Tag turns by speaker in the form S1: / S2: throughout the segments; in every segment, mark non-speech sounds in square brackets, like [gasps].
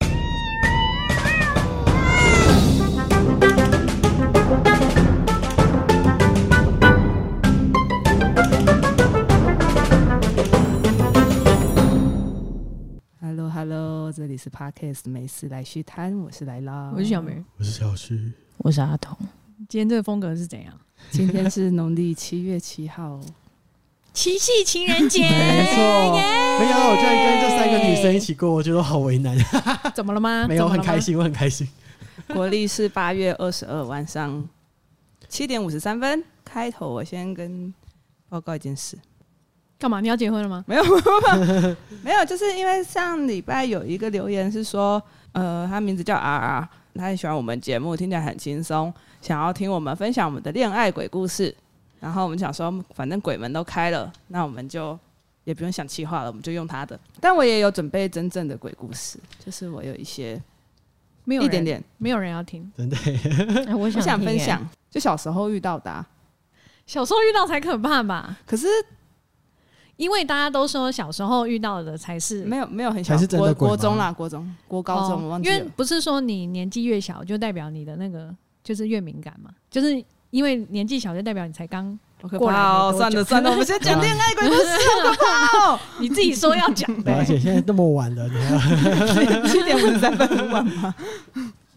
S1: [laughs]
S2: Hello Hello，这里是 Podcast 美食来续摊，我是来啦，
S3: 我是小梅。
S1: 我是小旭，
S4: 我是阿童，
S3: 今天这个风格是怎样？
S2: 今天是农历七月七
S3: [laughs]
S2: 号，
S5: 七夕情人节，
S1: 没错，没有，我居然跟这三个女生一起过，我觉得好为难， [laughs]
S3: 怎么了吗？
S1: 没有，
S3: 怎么
S1: 很
S3: 了吗
S1: 开。心，我很开心。
S2: 国历是八月二十二晚上七点五十三分。开头我先跟报告一件事，
S3: 干嘛？你要结婚了吗？
S2: 没有没有没有，就是因为上礼拜有一个留言是说，呃，他名字叫 R R，他很喜欢我们节目，听起来很轻松，想要听我们分享我们的恋爱鬼故事。然后我们想说，反正鬼门都开了，那我们就也不用想气话了，我们就用他的。但我也有准备真正的鬼故事，就是我有一些
S3: 没有，
S2: 一点，点，
S3: 没有人要听。
S1: 真的， [laughs]
S4: 哎我
S2: 我
S4: 想
S2: 想
S4: 听
S2: 分
S4: 欸
S2: 享，就小时候遇到的啊、
S3: 小时候遇到才可怕吧？
S2: 可是
S3: 因为大家都说小时候遇到的才是
S2: 没有没有很小，
S1: 才是真的
S2: 国
S1: 鬼
S2: 国
S1: 吗
S2: 中啦，国中国高中、
S3: 哦
S2: 我忘记
S3: 因为
S2: 了。
S3: 不是说你年纪越小就代表你的那个就是越敏感嘛，就是因为年纪小就代表你才
S1: [laughs]
S3: 刚，
S2: 好可
S3: 过来
S2: 怕哦！
S3: 没多
S2: 算
S3: 久
S2: 了算了，我们先 [laughs] 讲恋爱鬼故事，
S1: 啊
S2: 好可怕哦！
S3: [laughs] 你自己说要讲的、
S1: 而且现在那么晚了，你还要
S2: 七点五十三分很晚吗？ [laughs]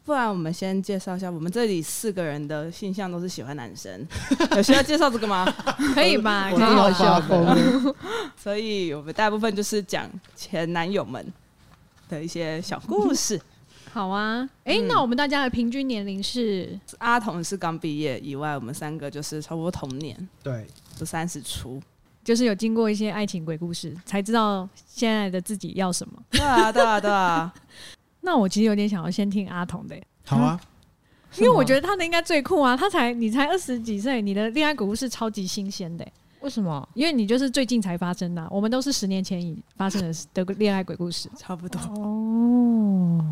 S2: 不然我们先介绍一下，我们这里四个人的性向都是喜欢男生， [laughs] 有需要介绍这个吗？
S3: 可以吧？
S1: 我
S3: 可以
S1: 都
S3: 好
S1: 要
S3: 笑
S1: 发疯了。
S2: 所以我们大部分就是讲前男友们的一些小故事。
S3: 好
S1: 嗯
S3: 啊，哎、那我们大家的平均年龄是
S2: 阿童是刚毕业以外，我们三个就是差不多同年，
S1: 对，
S2: 都三十出。
S3: 就是有经过一些爱情鬼故事，才知道现在的自己要什么。
S2: 对啊，对啊，对啊。 [laughs]
S3: 那我其实有点想要先听阿童的、欸 [laughs]
S1: 好啊，
S3: 因为我觉得他的应该最酷啊！他才你才二十几岁，你的恋爱鬼故事超级新鲜的、欸
S4: 为什么？
S3: 因为你就是最近才发生的啊、我们都是十年前已发生的的恋爱鬼故事，
S2: 差不多。
S4: 哦，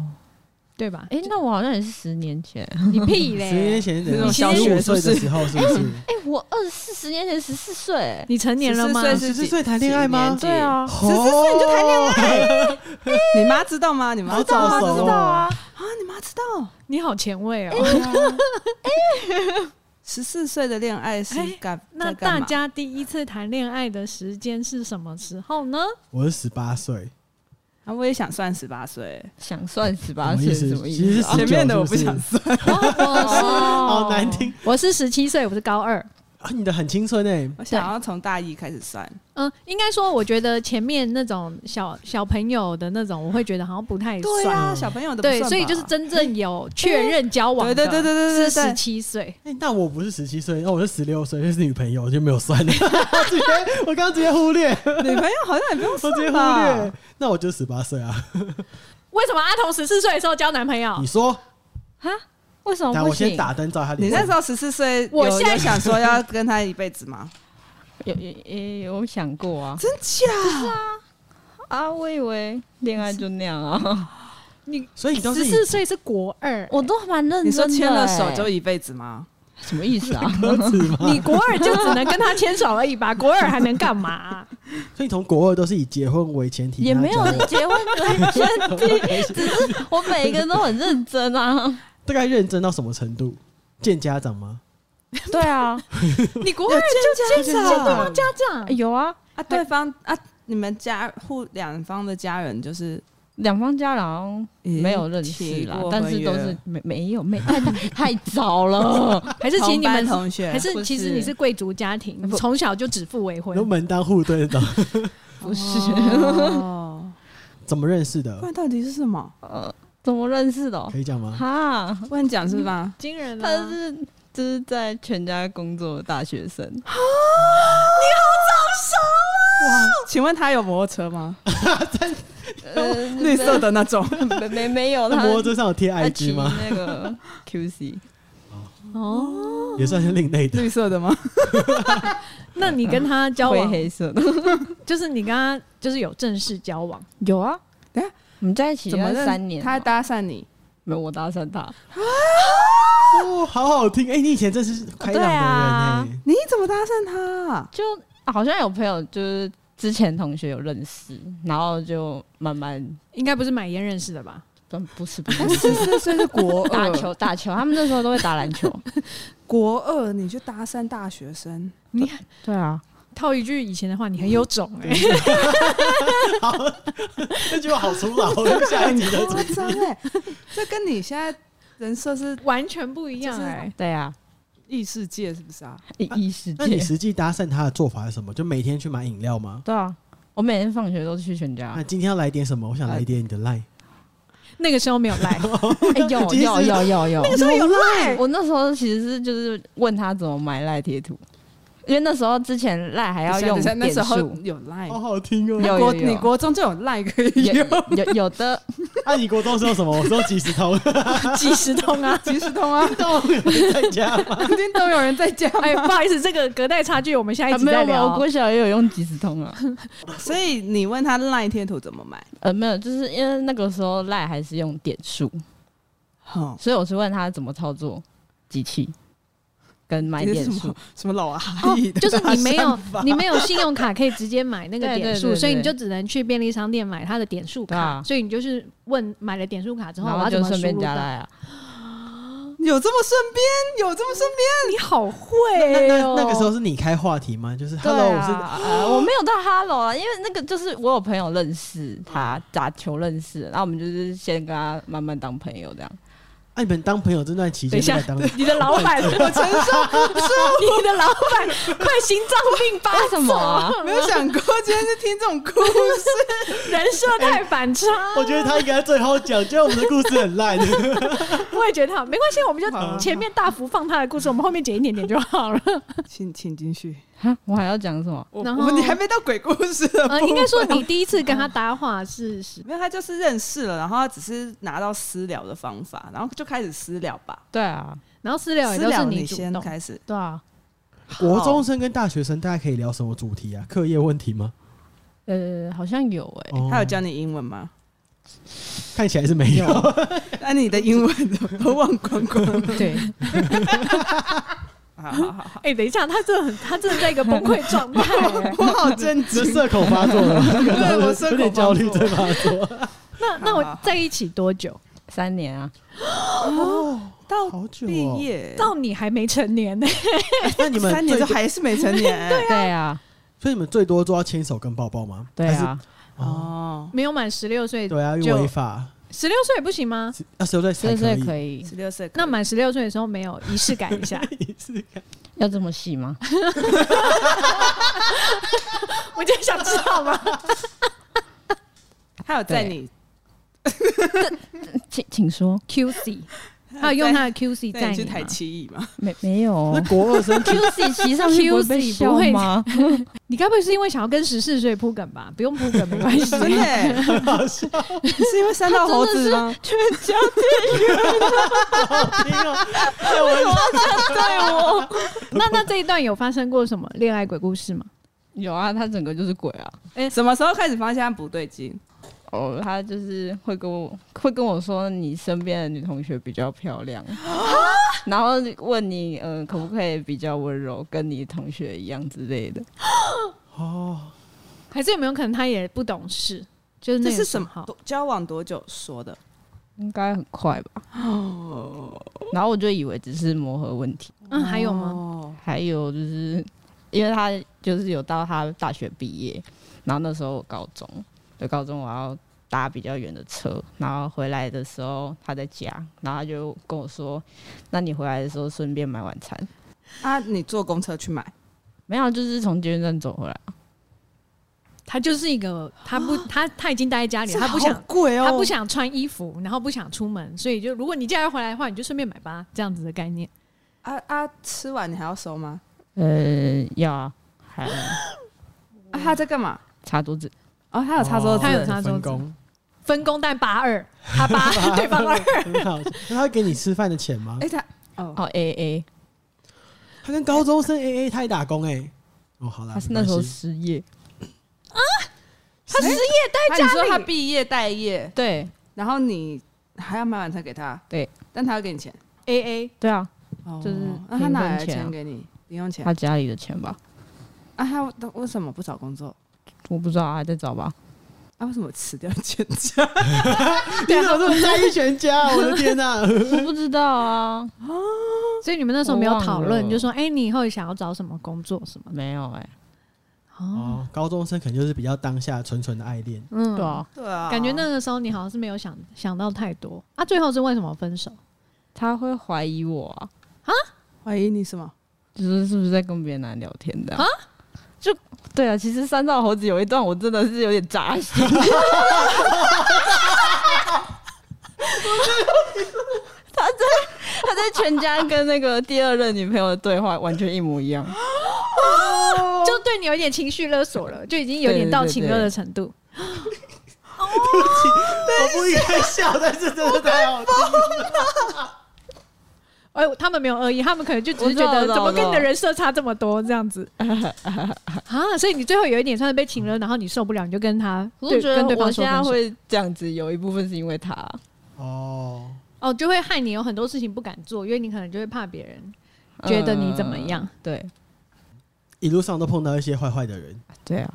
S3: 对吧？
S4: 哎、那我好像也是十年前，
S3: 你屁
S1: 十年
S3: 嘞！
S1: 前
S2: 那
S1: 的
S2: 种
S1: 十
S2: 小学
S1: 五
S2: 是不
S1: 岁
S2: 嗯是
S1: 的时候是不是？
S4: 哎、我二十四，十年前十四岁，
S3: 你成年了吗？
S2: 14岁
S1: 十四岁谈恋爱吗？
S2: 对啊，
S1: 十四岁你就谈恋爱， [laughs]
S2: 你妈知道吗？你妈
S1: 好
S2: 知道吗？
S1: 早熟啊！
S2: 啊，哦你妈知道。
S3: 你好前卫哦、
S2: 十四岁的恋爱是
S3: 哎
S2: 干、
S3: 那
S2: 在干
S3: 大
S2: 嘛
S3: 家第一次谈恋爱的时间是什么时候 [laughs] 呢？
S1: 我是十八岁，
S2: 啊，我也想算十八岁，
S4: 想算十
S1: 什
S4: 八
S1: 么
S4: 岁
S1: 意
S4: 是
S1: 思
S4: 什？么意
S1: 其实
S4: 思、啊？
S1: 19
S2: 前面的我不
S1: 是
S2: 想
S1: 是
S2: 算。
S3: 我
S1: 好难听
S3: 哦是我是十七岁，我是高二。
S1: 啊！你的很青春哎，
S2: 我想要从大一开始算，
S3: 嗯，应该说，我觉得前面那种小小朋友的那种，我会觉得好像不太
S2: 对
S3: 算。
S2: 啊，小朋友的不
S3: 对，
S2: 算
S3: 所以
S2: 吧
S3: 就是真
S2: [laughs]
S3: 正有确认交往的，
S2: 对对对对对对
S3: 是十七岁。
S1: 哎，那我不是十七岁，哦那我是十六岁，就是女朋友，我就没有算了。 [laughs] 我直接，我刚刚直接忽略，我
S2: 女朋友好像也不用
S1: 直
S2: 算
S1: 接忽
S2: 吧
S1: 略。，那我就十八岁啊！
S3: 为什么阿童十四岁的时候交男朋友
S1: 你？说，
S4: 为什么
S1: 来，
S4: 不
S1: 我
S4: 行？
S1: 先打灯照一下
S2: 你
S1: 脸。
S2: 那时候十四岁，
S3: 我
S2: 有
S3: 现在
S2: 有想说要跟他一辈子吗？
S4: 有有也有想过啊
S2: 真假？
S4: 啊！我以为恋爱就那样啊，
S3: 你
S1: 所以你都是
S3: 十
S1: 以
S3: 四岁是国二，
S4: [laughs] 我都蛮认真的、
S2: 你说牵了手
S4: 哎
S2: 就一辈子吗？
S4: 什么意
S1: [laughs]
S4: 思啊？
S1: 鸽子吗？
S3: 你国二就只能跟他牵手而已吧？国二还能干嘛、
S1: 所以从国二都是以结婚为前提，
S4: 也没有
S1: 跟他
S4: 结婚为
S1: [laughs]
S4: 前提，只是我每一个人都很认真啊。
S1: 大概认真到什么程度？见家长吗？
S4: 对啊，
S3: 你国二就
S2: 见
S3: 牵
S2: 家
S3: 手对
S2: 长
S3: 方家长，
S4: [laughs] 有啊，
S2: 啊，对方啊，你们家互两方的家人就是
S4: 两方家长没有认识
S2: 提
S4: 啦
S2: 过，
S4: 但
S2: 婚
S4: 是都
S2: 约
S4: 是没没有没太太太早 [laughs] 了，
S3: 还是请
S2: 同
S3: 你们
S2: 班同学
S3: 还是
S4: 不
S3: 其实
S4: 是
S3: 你是贵族家庭，
S4: 不
S3: 从小就指腹为婚
S1: 有，门当户对的，
S4: 不是？
S2: 哦，
S1: 怎么认识
S2: 不
S1: 的？
S2: 哦 [laughs] 然到底是什么？
S4: 呃，怎么认识的哦？
S1: 可以讲吗？
S4: 哈，
S2: 不能讲是吗？
S3: 惊人
S4: 他
S3: 啊！
S4: 是就是在全家工作的大学 [laughs] 生，
S2: 哇，请问他有摩托车吗？
S4: 呃，
S2: 绿色的那种。
S4: [laughs] 没没没有
S1: 那
S4: 他
S1: 摩托车上有贴
S4: 他
S1: IG
S4: 骑
S1: 吗？
S4: 那个 QC，
S3: 哦，
S1: 也算是另类
S2: [laughs]
S1: 的。
S2: 绿色的吗？
S3: 那你跟他交
S4: 灰
S3: 往，
S4: 黑色的，
S3: 就是你跟他就是有正式交往，
S4: 有啊。
S2: 等下
S4: [laughs] 我们在一起
S2: 怎么
S4: 要
S2: 认
S4: 三年了吧，
S2: 他搭讪你，
S4: 没有我搭讪他，
S1: 哦，好好听！哎、你以前真是开朗的人哎、
S2: 你怎么搭讪他、
S4: 就啊好像有朋友就是之前同学有认识，然后就慢慢。
S3: 应该不是买烟认识的吧？
S4: 嗯不是不是，
S2: 十
S1: [laughs]
S2: 四岁是国
S4: [laughs] 打球打球，他们那时候都会打篮球。
S2: [laughs] 国二你去搭讪大学生，
S4: [laughs] 对啊，
S3: 套一句以前的话，你很有种哎、
S1: 那句话好粗老，哦我们下一集
S2: [laughs]
S1: 的主
S2: 夸张哎，这跟你现在人设是
S3: 完全不一样哎、
S4: 对啊，
S2: 异世界是不是啊？
S4: 异异世
S1: 那你
S4: 界。
S1: 实际搭讪他的做法是什么？就每天去买饮料吗？
S4: 对啊，我每天放学都去全家
S1: 那。今天要来点什么？我想来点你的 line。
S3: 那个时候没有来，
S4: [laughs] 哎有
S1: 其实
S4: 有有有有，
S2: 那个时候有赖，
S4: 我那时候其实是就是问他怎么买赖贴图，因为那时候之前赖还要
S2: 等
S4: 用
S2: 一下那
S4: 点
S2: 时候
S4: 数，
S2: 有赖，
S1: 好好听哦！
S4: 有
S2: 国
S4: 有
S2: 你
S4: 有
S2: 国中就有赖可以
S4: 有
S2: 用，
S4: 有有
S2: [laughs]
S4: 的，
S1: 那、啊你国中是用什么？我说几十通，
S2: 即时通啊，即时通啊，
S1: 在家吗？
S2: 肯定都有人在家
S3: 哎、
S2: 嘛。
S3: 不好意思，这个隔代差距我们下一
S4: 啊
S3: 集
S4: 没
S3: 再
S4: 有没有，
S3: 哎聊。
S4: 我国小也有用即时
S2: [laughs]
S4: 通啊，
S2: 所以你问他赖贴图怎么买？
S4: 呃没有，就是因为那个时候赖还是用点数，
S2: 哼，
S4: 所以我是问他怎么操作机器跟买
S2: 这是
S4: 点
S2: 什
S4: 数
S2: 么，什么老阿
S3: 哦
S2: 姨的，
S3: 就是你没有
S2: 搭讪法
S3: 你没有信用卡可以直接买那个
S4: 对对
S3: 点
S4: 对
S3: 数，
S4: 对
S3: 所以你就只能去便利商店买它的点数
S4: 对啊
S3: 卡。所以你就是问买了点数卡之后，
S4: 然
S3: 我要
S4: 后
S3: 怎
S4: 就
S3: 么
S4: 顺
S3: 输
S4: 便
S3: 入到？
S4: 加赖啊。
S2: 有这么顺便，有这么顺便，
S3: [laughs] 你好会
S1: 那那
S3: 哦！
S1: 那个时候是你开话题吗？就是
S4: 对
S1: Hello，、我是
S4: 啊呃，我没有到 Hello 啊，因为那个就是我有朋友认识他，打球认识，然后我们就是先跟他慢慢当朋友这样。
S1: 那、你们当朋友这段期间在当， [laughs]
S3: 你的老板，我承 [laughs] 受不住。你的老板，快心脏病吧！
S4: 为什么啊？
S2: 没有想过今天是听这种故事。
S3: 人设太反差，
S1: 我觉得他应该最后讲，就我们的故事很烂。
S3: 我也觉得好没关系，我们
S2: 好
S3: 就前面大幅放他的故事，我们后面剪一点点就好了。
S2: 请请进去。
S4: 哈我还要讲什么？
S2: 我
S3: 然
S2: 我们
S3: 后
S2: 你还没到鬼故事的部
S3: 呃，
S2: 分
S3: 应该说你第一次跟他搭话是是
S2: 没有，他就是认识了，然后他只是拿到私聊的方法，然后就开始私聊吧。
S4: 对啊，
S3: 然后私聊也
S2: 私
S3: 都是
S2: 聊
S3: 你主
S2: 先
S3: 动，
S2: 开始，
S3: 对啊，
S1: 国中生跟大学生大家可以聊什么主题啊？课业问题吗？
S4: 呃，好像有 [laughs] 哎、
S1: 哦
S2: 他有教你英文吗？
S1: 看起来是没有。
S2: 那你的英文怎么都忘光光
S3: [laughs]
S2: 了？
S4: 对，
S2: 好好好好，
S3: 哎、等一下，他真的很，他真的在一个崩溃状态、哎
S2: 我 [laughs] 好啊震
S1: [laughs] 这
S2: 惊。
S1: 社恐发作了吗，
S2: 对我社恐
S1: 有点焦虑
S2: 发作
S1: 症发作。
S3: 那那我在一起多久？
S4: 三年啊，
S2: 到
S1: 好久哦
S2: 毕业，
S3: 到你还没成年呢、
S1: 那你们
S2: 三年
S1: 最
S2: 就
S1: 多，
S2: 还是没成年。 [laughs] 对
S4: 对啊，
S1: 所以你们最多做到牵手跟抱抱吗？
S4: 对
S1: 还是，
S4: 啊，
S1: 哦，
S2: 哦，
S3: 没有满十六岁，
S1: 对啊，因为
S3: 就
S1: 违法，
S3: 十六岁不行吗？
S1: 二十六岁
S4: 所
S1: 才
S4: 以所
S1: 可
S4: 以
S1: 以。
S4: 可以，
S2: 十六岁可以
S3: 那满十六岁的时候没有仪式感一 [laughs] 下，
S4: 要这么细吗？
S3: 我就想知道吗？
S2: 他有在
S4: 对
S2: 你
S4: [laughs] 请请说，
S2: [laughs]
S3: QC，他有用他的 QC
S2: 在
S3: 在
S2: 你去
S3: 你
S2: 台
S3: 吗？
S2: 七乙
S3: [laughs]
S2: 吗？
S4: 没没有 [laughs]
S1: 那国二生
S4: ？QC 骑 [laughs] 上去不会被
S3: QC 不
S4: 笑
S3: 会
S4: 吗？
S3: 你该不会是因为想要跟十四岁铺梗吧？不用铺梗没关
S2: [laughs]
S3: 系。
S2: 真的欸，是因为三道猴子吗？
S3: [laughs] 对
S2: [laughs]
S3: 我，那那这一段有发生过什么恋爱鬼故事吗？
S4: 有啊，他整个就是鬼啊。
S3: 哎
S2: 什么时候开始发现他不对劲？
S4: 哦，他就是会跟我会跟我说你身边的女同学比较漂 [gasps] 亮，然后问你呃可不可以比较温柔，跟你同学一样之类的。
S1: 哦，
S3: 还是有没有可能他也不懂事？就是
S2: 这
S3: 那个
S2: 是什
S3: 时候
S2: 么？多交往多久说的？
S4: 应该很快吧？然后我就以为只是磨合问题，
S3: 嗯，还有吗？
S2: 哦，
S4: 还有就是 [laughs] 因为他就是有到他大学毕业，然后那时候我高中，对高中我要搭比较远的车，然后回来的时候他在家，然后他就跟我说，那你回来的时候顺便买晚餐。
S2: 啊，你坐公车去买，
S4: 没有，就是从捷运站走回来。
S3: 他就是一个他
S2: [gasps]
S3: 不他他已经待在家里了，啊他不
S2: 这
S3: 想
S2: 好贵哦，
S3: 他不想穿衣服，然后不想出门，所以就如果你假日回来的话，你就顺便买吧，这样子的概念。
S2: 啊啊！吃完你还要收吗？
S4: 呃，要啊还
S2: 啊，他在干嘛？
S4: 擦桌子，
S2: 哦，他有插桌子，
S3: 他有插桌
S1: 分
S3: 子
S1: 工，
S3: 分工但八二，他
S2: [laughs]
S3: 八对方二，
S1: 很好。那他会给你吃饭的钱吗
S2: 哎、？他哦，
S4: 哦 A A，
S1: 他跟高中生 A A，他也打工哎。哦，好啦，
S4: 他是那时候
S1: 没关系
S4: 失业，
S3: 他失业
S2: 他你说他毕业待业，
S4: 对
S2: 然后你还要买晚餐给他，
S4: 对，
S2: 但他要给你钱，
S3: A A，
S4: 对啊，
S2: 哦
S4: 就是
S2: 那他哪来的
S4: 零用钱啊
S2: 钱给你零用钱？
S4: 他家里的钱吧，
S2: 啊，他为什么不找工作？
S4: 我不知道还在找 [laughs] 吧，
S2: 啊，为什么辞掉全家？
S1: [laughs] 你怎么这么啊在意全家啊？我的天哪！
S4: 我不知道啊，
S3: 所以你们那时候没有讨
S4: 我
S3: 论，
S4: 忘了
S3: 就说哎、你以后想要找什么工作什么的
S4: 没有哎，
S3: 哦，
S1: 哦，高中生可能就是比较当下纯纯的爱恋。
S3: 嗯，
S4: 对啊，
S2: 对啊
S3: 感觉那个时候你好像是没有想想到太多啊。最后是为什么分手？
S4: 他会怀疑我啊，
S2: 怀疑你什么？
S4: 就是是不是在跟别的男人聊天的啊？就对啊，其实三道猴子有一段我真的是有点扎 [laughs] 心，他在他在全家跟那个第二任女朋友的对话完全一模一样，
S3: 就对你有一点情绪勒索了，就已经有点到情勒的程度。
S1: 我不应该笑，但是真的太好听。
S3: 哎、他们没有恶意，他们可能就只是觉
S4: 我
S3: 得
S4: 知道
S3: 怎么
S4: 我知道
S3: 跟你的人设差这么多这样子啊，所以你最后有一点算是被情了，然后你受不了，你就跟他
S4: 我就
S3: 对
S4: 觉得
S3: 跟对
S4: 我
S3: 方说
S4: 现在
S3: 分手
S4: 会这样子，有一部分是因为他，
S1: 哦，
S3: 哦，就会害你有很多事情不敢做，因为你可能就会怕别人觉得你怎
S4: 嗯
S3: 么样。
S4: 对
S1: 一路上都碰到一些坏坏的人，
S4: 对啊，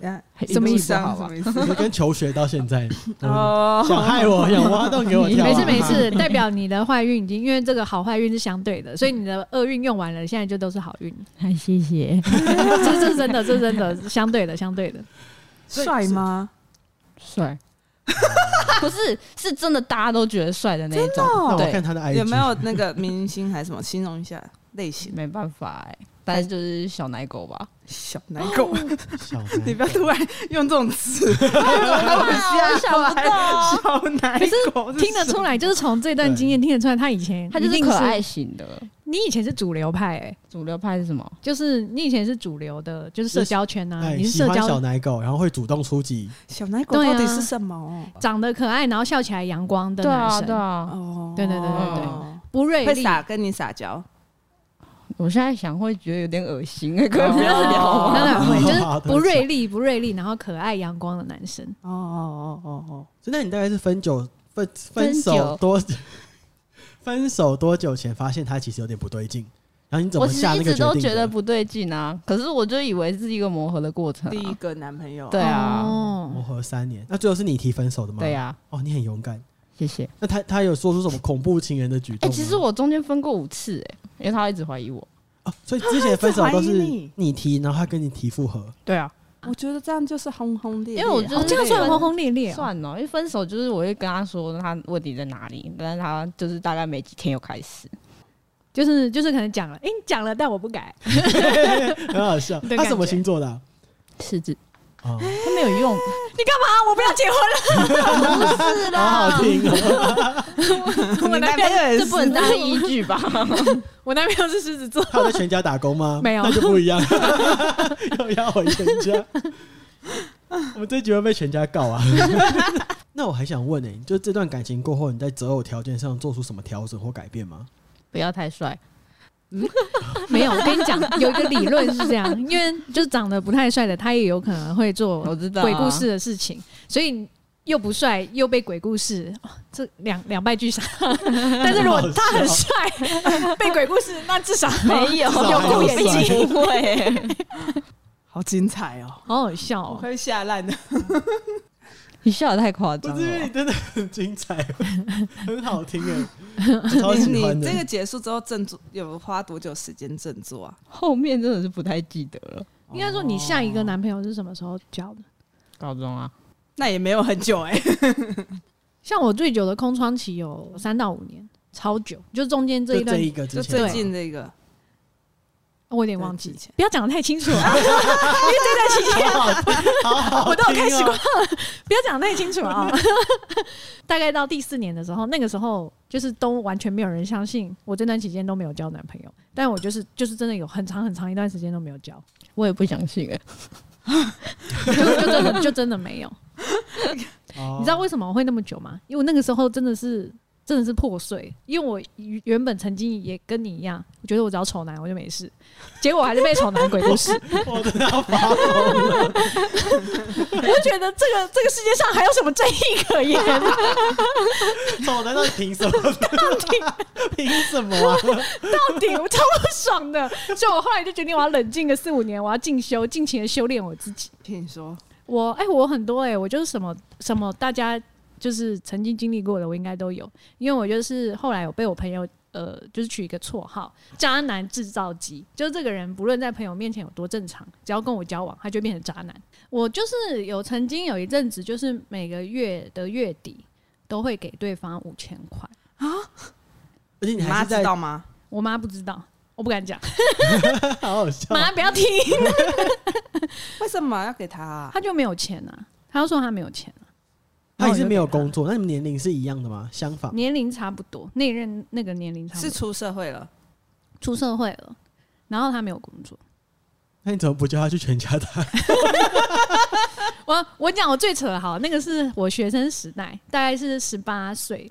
S2: 呀
S4: 什么意思
S2: 什
S4: 啊
S2: 么意
S3: [laughs]
S2: 思？
S1: 就跟求学到现在，嗯
S2: 哦，
S1: 想害我，想挖洞给我跳啊。
S3: 没事没
S4: [laughs]
S3: 事，代表你的坏运已经因为这个好坏运是相对的，所以你的厄运用完了，现在就都是好运。
S4: [laughs] 哎， [laughs] 谢谢，
S3: 这这是真的，这是真的，相对的，相对的。
S4: 嗯
S2: 帅吗？
S4: 帅，不是是真的，大家都觉得帅的那一种，
S1: 那
S2: 哦
S1: 我
S4: 对
S1: 看，他的 IG
S2: 有没有那个明星还是什么？形容一下类型，
S4: 没办法哎、但是就是小奶狗
S1: [laughs]
S4: 吧，
S2: 小奶狗。
S1: 小孩？
S2: [laughs] 你不要突然用这种词， [laughs] 把我吓坏。
S4: [laughs]
S2: 小奶狗是
S3: 听得出来，就是从这段经验听得出来，他以前
S4: 它就
S3: 一定
S4: 是
S3: 是
S4: 可爱。型的。
S3: 你以前是主流派、哎，
S4: 主流派是什么？
S3: 就是你以前是主流的，就是社交圈啊，
S1: 哎，
S3: 你是
S1: 喜
S3: 社
S1: 欢小
S3: 交，
S1: 奶狗，然后会主动出击，
S2: 小奶狗
S3: 对
S2: 到
S3: 啊
S2: 底是什么？
S3: 长得可爱，然后笑起来阳光的男生，
S4: 啊，
S2: 哦，
S3: 对对对对
S4: 对
S3: 不锐
S2: 会
S3: 利， [laughs]
S2: 撒跟你撒娇，
S4: 我现在想会觉得有点恶心，欸
S1: 哦
S4: 可以不要
S3: 当
S4: 聊吗？
S3: 然会，就
S1: 好
S3: 是
S1: 对不
S3: 不
S1: 起
S3: 锐利、不锐利，然后可爱阳光的男生。
S2: 哦哦哦哦
S1: 所以那你大概是分久分分
S4: 分
S1: 手
S4: 久
S1: 多 [laughs] 分手多久前发现他其实有点不对劲，然后你怎
S4: 我
S1: 么
S4: 其
S1: 下
S4: 实
S1: 那
S4: 一
S1: 个
S4: 直
S1: 决
S4: 都
S1: 定
S4: 觉
S1: 的
S4: 得？不对劲啊，可是我就以为是一个磨合的过程
S2: 哦，第一
S4: 啊。
S2: 个男朋友，
S4: 对啊，
S1: 磨
S3: 哦，
S1: 合三年，那最后是你提分手的吗？
S4: 对、啊呀，
S1: 哦，你很勇敢。
S4: 谢谢。
S1: 那他他有说出什么恐怖情人的举
S4: 哎，
S1: 动吗？
S4: 其实我中间分过五次，哎，因为他一直怀疑我。
S1: 哦，所以之前的分手
S4: 啊
S1: 都
S2: 他一直
S1: 是
S2: 怀疑你
S1: 你提，然后他跟你提复合。
S4: 对啊，
S2: 我觉得这样就是轰轰烈烈，
S4: 因为我就
S3: 哦
S4: 是
S3: 这样算
S4: 分
S3: 轰轰烈烈哦，
S4: 算了，因为分手就是我会跟他说他问题在哪里，但是他就是大概没几天又开始。
S3: 就是就是可能讲了，哎，你讲了，但我不改， [laughs]
S1: 很好笑。
S3: 的
S1: 他
S3: 感
S1: 什么
S3: 觉
S1: 星座的啊？
S4: 是指
S1: 哦，
S4: 他没有用，
S3: 你干嘛？我不要结
S1: 好好听哦。
S3: 婚， [laughs] 我
S2: 你男
S3: 男朋
S2: 朋
S3: 友，
S2: 友也
S4: 这
S2: 是
S4: 不能当依据吧？
S3: [laughs] 我男朋友是狮子座，
S1: 他有在全家打工吗？
S3: 没有
S1: 那就不一样。又要回全家。
S3: [laughs]
S1: 我们这局会被全家告啊！那我还想问呢、欸就这段感情过后，你在择偶条件上做出什么调整或改变吗？
S4: [laughs] 不要太帅，
S3: [laughs] 没有，我跟你讲，有一个理论是这样，因为就是长得不太帅的，他也有可能会做
S4: 我知道啊
S3: 鬼故事的事情，所以又不帅又被鬼故事，哦这两两败俱伤。 [laughs] 但是如果他很帅，被鬼故事，那至少
S4: 没
S3: 哦
S4: 有，
S1: 少啊还
S4: 有
S1: 有
S4: 顾眼
S1: 帅
S4: 睛，不会。
S2: 好精彩哦，
S3: 好好笑
S2: 我
S3: 哦。
S2: 会吓烂的。
S4: 你笑的太夸
S1: [laughs] 不
S4: 张
S1: 是因为你
S4: 了。
S1: 真的很
S3: [laughs]
S1: 精彩，很好听哎、我超
S2: 你
S1: 喜欢
S2: 你
S1: 的
S2: 这。个结束之后振作，有花多久时间振作啊？
S4: 后面真的是不太记得了。
S3: 应该说，你下一个男朋友是什么时候交的？
S4: 高中啊，
S2: 那也没有很久哎，
S3: 像我最久的空窗期有三到五年，超久，就中间这
S1: 就
S3: 一段
S1: 这一个之
S2: 就
S1: 前
S2: 最
S1: 吗，
S2: 近这个
S3: 我有点忘记
S2: 对之前，
S3: 不要讲的太清楚啊，因为这段期间我都有开始过，不要讲得太清楚啊。 [laughs] 大概到第四年的时候，那个时候就是都完全没有人相信我这段期间都没有交男朋友，但我就是就是真的有很长很长一段时间都没有交，
S4: 我也不相信哎、
S3: 就就真的就真的没
S1: [laughs]
S3: 有。
S1: 你哦
S3: 你知道为什么我会那么久吗？因为我那个时候真的是真的是破碎，因为我原本曾经也跟你一样，我觉得我只要丑男我就没事，结果我还是被丑男鬼故事。
S1: [laughs] 我真的要发疯了，
S3: 我就觉得这个这个世界上还有什么正义可言？
S1: 丑男到底凭 [laughs] 什么？ [laughs] 凭什么啊？
S3: 到底我超不爽的，所以我后来就决定我要冷静个四五年，我要进修，尽情的修炼我自己。
S2: 听说
S3: 我哎、我很多哎、我就是什么什么大家就是曾经经历过的，我应该都有，因为我就是后来有被我朋友。呃，就是取一个绰号“渣男制造机”，就是这个人不论在朋友面前有多正常，只要跟我交往，他就变成渣男。我就是有曾经有一阵子，就是每个月的月底都会给对方五千块，
S1: 而且你
S2: 你
S1: 还
S2: 妈
S1: 是在
S2: 知，道吗？
S3: 我妈不知道，我不敢讲，
S1: [laughs] 好好笑。
S3: 妈不要听，
S2: 为什么要给他、啊？
S3: 她就没有钱啊，她就说她没有钱、啊，
S1: 他也是没有
S3: 然后我就
S1: 工作，那你们年龄是一样的吗？相
S3: 给她，
S1: 仿，
S3: 年龄差不多，那一任那个年龄差不
S2: 是
S3: 多，
S2: 出社会了，
S3: 出社会了，然后她没有工作，
S1: 那你怎么不叫他去全家大？
S3: 我我讲我最扯的好，那个是我学生时代，大概是十八岁，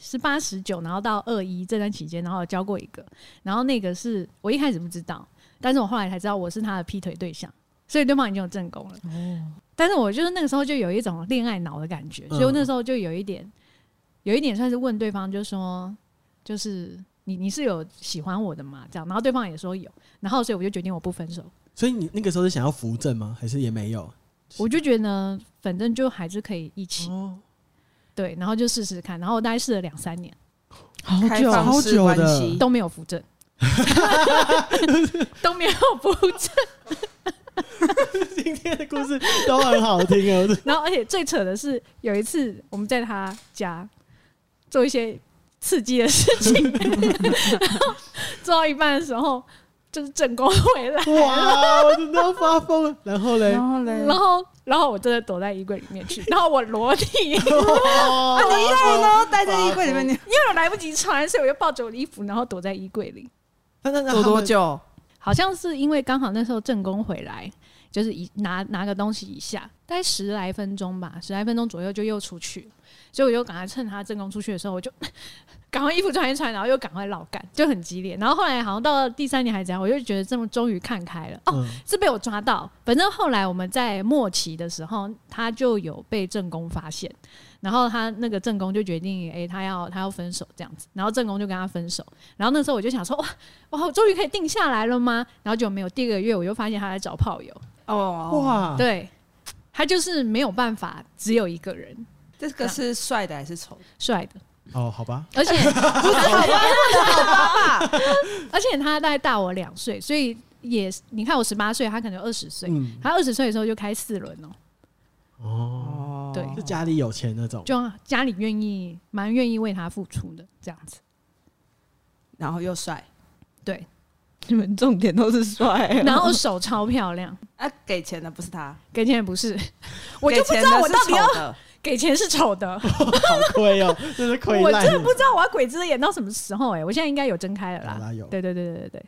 S3: 十八十九，然后到二一这段期间，然后有交过一个，然后那个是我一开始不知道，但是我后来才知道我是他的劈腿对象，所以对方已经有正宫了。但是我就是那个时候就有一种恋爱脑的感觉，所以我那时候就有一点，有一点算是问对方，就说就是你你是有喜欢我的吗？这样，然后对方也说有，然后所以我就决定我不分手。
S1: 所以你那个时候是想要扶正吗？还是也没有？
S3: 我就觉得呢，反正就还是可以一起，
S1: 哦，
S3: 对，然后就试试看，然后我大概试了两三年
S1: 好
S2: 开放
S1: 好
S2: 式
S1: 久
S2: 关
S1: 的，
S2: 系，
S3: 都没有扶正，都没有扶正。
S1: 今天的故事都很好听哦。
S3: 然后而且最扯的是，有一次我们在他家做一些刺激的事情， [laughs] 然后做到一半的时候，就是正宫回来，
S1: 哇，我真的要发疯了。然后嘞，
S2: 后嘞
S3: 然后然后我真的躲在衣柜里面去，然后我裸体。
S2: 啊，你衣服呢？待在衣柜里面，你
S3: 因为我来不及穿，所以我就抱着我的衣服，然后躲在衣柜里。
S1: 那那那
S2: 走
S1: 他
S2: 多
S1: 们
S2: 久？
S3: 好像是因为刚好那时候正宫回来，就是一拿拿个东西一下，大概十来分钟吧，十来分钟左右就又出去了，所以我就赶快趁他正宫出去的时候，我就 [laughs] 赶快衣服穿一穿，然后又赶快老干，就很激烈。然后后来好像到了第三年还是怎样，我就觉得这么终于看开了哦，
S1: 嗯
S3: 是被我抓到。反正后来我们在末期的时候，他就有被正宫发现，然后他那个正宫就决定，诶，他要他要分手这样子，然后正宫就跟他分手。然后那时候我就想说，哇哇，我终于可以定下来了吗？然后就没有第二个月，我又发现他在找炮友，
S2: 哦，哇，
S1: 哇，
S3: 对他就是没有办法，只有一个人
S2: 这个是帅的还是丑的？
S3: 帅的，
S1: 哦，好吧，
S3: 而且不是
S2: 好吧，好吧，
S3: 而且他大概大我两岁，所以也是你看我十八岁，他可能二十岁，
S1: 嗯，
S3: 他二十岁的时候就开四轮哦、
S1: 哦，
S2: 哦
S3: 对
S1: 是家里有钱那种，
S3: 就家里愿意蛮愿意为他付出的这样子。
S2: 然后又帅，
S3: 对，
S4: 你们重点都是帅、啊
S3: 然后手超漂亮，
S2: 啊，给钱的不是他，
S3: 给钱也不是，我就
S2: 给
S3: 不知
S2: 钱
S3: 道
S2: 的
S3: 我
S2: 是
S3: 到底要
S2: 丑的，
S3: [laughs] 给钱是丑的， [laughs]
S1: 好亏哦，真是亏
S3: 我
S1: 烂
S3: 真的
S1: 了
S3: 不。知道我要鬼子演到什么时候哎、我现在应该有睁开了
S1: 有
S3: 啦，
S1: 啦有
S3: 对对对对对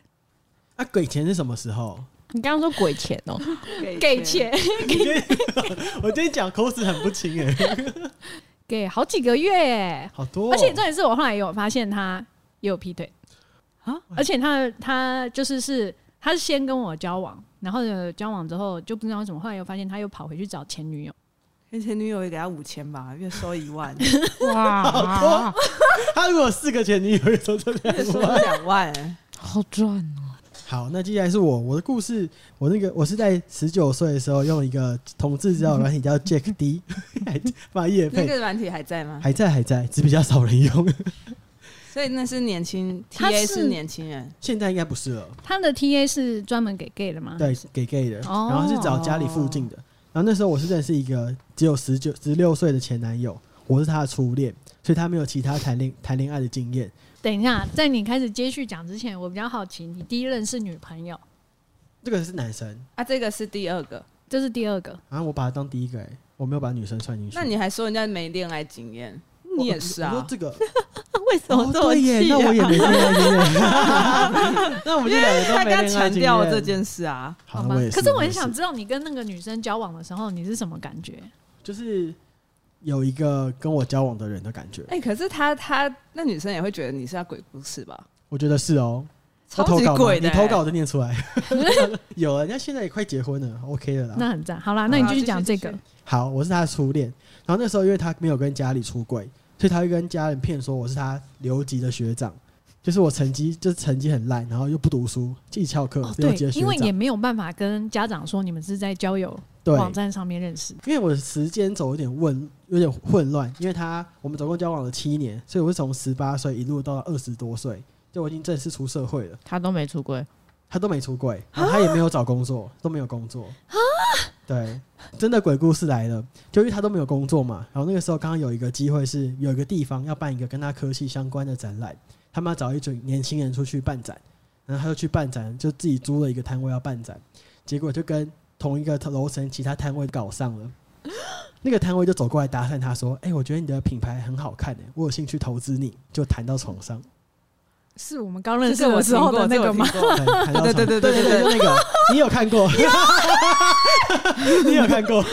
S1: 啊，鬼钱是什么时候？
S4: 你刚刚说鬼钱哦、
S3: 对，给钱
S1: 我今天我今天讲口齿很不清哎，
S3: 给好几个月哎、
S1: 好多哦。
S3: 而且重点是我后来也有发现他也有劈腿
S2: 啊，
S3: 而且他他就是是他是先跟我交往，然后呢交往之后就不知道为什么，后来又发现他又跑回去找前女友，
S2: 跟前女友也给他五千吧，月收一 [laughs] 万，
S4: 哇，
S1: 他如果有四个前女友，说这
S2: 月
S1: 两
S2: 收
S1: 万。
S2: 两万，
S4: 好赚哦、
S1: 好，那接下来是我我的故事，我那个我是在十九岁的时候用一个同志交友软体叫 Jack D，还 [laughs] 把叶
S2: [laughs] 那
S1: 配
S2: 个软体还在吗？
S1: 还在还在，只比较少人用， [laughs]
S2: 所以那是年轻
S3: 他
S2: ，TA
S3: 是
S2: 是年轻人，
S1: 现在应该不是了。
S3: 他的 T A 是专门给 gay 的
S2: 嗯
S3: 吗？
S1: 对，给 gay 的，
S3: 哦
S1: 然后是找家里附近的。然后那时候我是认识一个只有十九、十六岁的前男友，我是他的初恋，所以他没有其他谈恋谈恋爱的经验。
S3: 等一下，在你开始接续讲之前，我比较好奇，你第一任是女朋友，
S1: 这个是男生，
S2: 啊，这个是第二个。
S3: 这是第二个，
S1: 然、啊、后我把他当第一个、欸，我没有把女生算进去。
S2: 那你还说人家没恋爱经验，你也是
S1: 我说
S2: 啊？
S1: 这个
S5: 为什么
S1: 哦
S5: 这么
S1: 对耶，
S5: 气、
S1: 那
S5: 啊？
S1: 我也没恋爱经验。那我们就两个都
S2: 他
S1: 没
S2: 刚
S1: 恋爱
S2: 刚
S1: 经验
S2: 强调这。件事啊，
S1: 好，
S3: 吧
S1: 那我也。
S3: 可是我很
S1: 也
S3: 想知道，你跟那个女生交往的时候，你是什么感觉？
S1: 就是有一个跟我交往的人的感觉，
S2: 哎、可是他他那女生也会觉得你是他鬼故事吧？
S1: 我觉得是哦。
S2: 超
S1: 要投
S2: 级
S1: 稿吗
S2: 鬼的、哎欸
S1: 你投稿我就念出来。 [laughs] 有啊，人家现在也快结婚了，OK 了啦。
S3: 那很赞。好啦，那你继续讲这个
S2: 好继。
S1: 好，我是他的初恋，然后那时候因为他没有跟家里出柜，所以他会跟家人骗说我是他留级的学长，就是我成绩就是成绩很烂，然后又不读书，自己翘课，
S3: 哦，
S1: 留
S3: 对
S1: 级的，学
S3: 因为
S1: 长。
S3: 你也没有办法跟家长说你们是在交友
S1: 对，
S3: 网站上面认识。
S1: 因为我的时间轴有点混，有点混乱，因为他我们总共交往了七年，所以我是从十八岁一路到二十多岁，就我已经正式出社会了，
S4: 他都没出柜，
S1: 他都没出柜，然后他也没有找工作，都没有工作对，真的鬼故事来了，就因为他都没有工作嘛，然后那个时候刚刚有一个机会是有一个地方要办一个跟他科系相关的展览，他们要找一群年轻人出去办展，然后他就去办展，就自己租了一个摊位要办展，结果就跟同一个楼层其他摊位搞上了。那个摊位就走过来搭讪他说：“哎、我觉得你的品牌很好看诶、我有兴趣投资你。”就谈到床上，
S3: 是我们刚认
S2: 这
S3: 识
S2: 是我
S3: 的时候的那个吗？
S2: 听过？
S1: 对，谈到
S2: 对
S1: 床
S2: 对对
S1: 对
S2: 对对
S1: 对，就那
S2: [laughs]
S1: 个你有看过？ [laughs] 你有看过？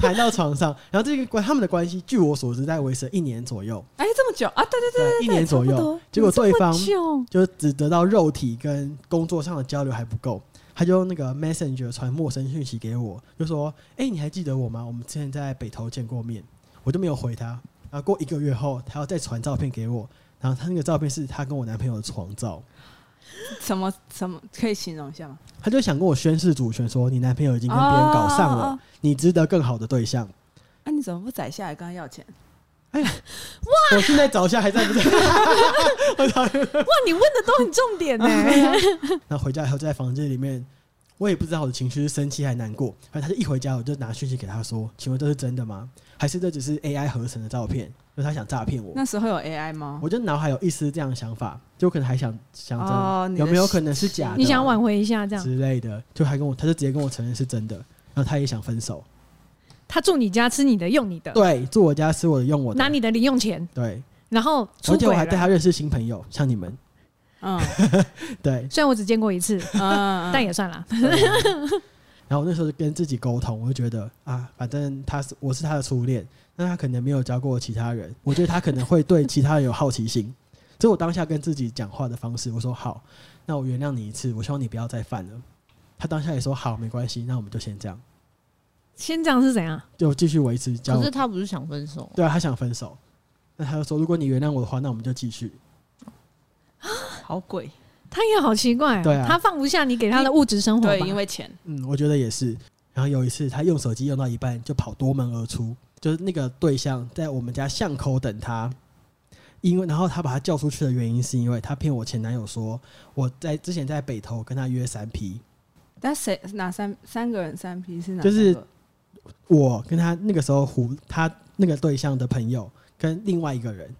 S1: 谈到床上，然后这个关他们的关系，据我所知，在维持了一年左右，
S2: 哎、这么久啊？对对对，
S1: 对，一年左右。结果对方
S3: 就
S1: 就只得到肉体跟工作上的交流还不够，他就用那个 Messenger 传陌生讯息给我，就说：“哎、你还记得我吗？我们之前在北投见过面。”我就没有回他。然后过一个月后，他要再传照片给我，然后他那个照片是他跟我男朋友的床照，
S2: 什么什么可以形容一下吗？
S1: 他就想跟我宣誓主权说：“你男朋友已经跟别人搞上
S2: 哦
S1: 了
S2: 哦哦，
S1: 你值得更好的对象。”
S2: 啊，你怎么不宰下来跟他要钱？
S1: 我现在找一下还在不在？ [laughs]
S3: 哇，你问的都很重点呢。
S1: 那回家以后就在房间里面，我也不知道我的情绪是生气还是难过。反正他就一回家，我就拿讯息给他说：“请问这是真的吗？还是这只是 AI 合成的照片？就是他想诈骗我
S2: 那时候有 AI 吗？”？
S1: 我就脑海有一丝这样的想法，就可能还想想着、
S2: 哦你的
S1: 有没有可能是假的，
S3: 你想挽回一下，这样
S1: 之类的，就还跟我，他就直接跟我承认是真的，然后他也想分手，
S3: 他住你家，吃你的，用你的，
S1: 对，住我家吃我的用我的，
S3: 拿你的零用钱，
S1: 对，
S3: 然后出
S1: 而且
S3: 轨
S1: 我还带
S3: 了。
S1: 他认识新朋友，像你们，
S2: 嗯
S1: 对，
S3: 虽然我只见过一
S1: [laughs]
S3: 次，
S2: 嗯，
S3: 但也算啦。
S4: [laughs]
S1: 然后我那时候就跟自己沟通，我就觉得啊，反正他是我是他的初恋，那他可能没有教过其他人，我觉得他可能会对其他人有好奇心。 [laughs] 这是我当下跟自己讲话的方式。我说好，那我原谅你一次，我希望你不要再犯了。他当下也说好，没关系，那我们就先这样，
S3: 先这样是怎样？
S1: 就继续维持交
S4: 可是
S1: 往。
S4: 他不是想分手，
S1: 对啊，他想分手，那他就说如果你原谅我的话，那我们就继续。
S2: 好鬼，
S3: 他也好奇怪哦，
S1: 对啊
S3: 他放不下你给他的物质生活吧
S2: 对，因为钱，
S1: 嗯，我觉得也是。然后有一次，他用手机用到一半就跑夺门而出，就是那个对象在我们家巷口等他。因为，然后他把他叫出去的原因是因为他骗我前男友说我在之前在北投跟他约三 P，
S2: 但谁哪三三个人三 P 是哪
S1: 就
S2: 三个？
S1: 是我跟他那个时候胡他那个对象的朋友跟另外一个人，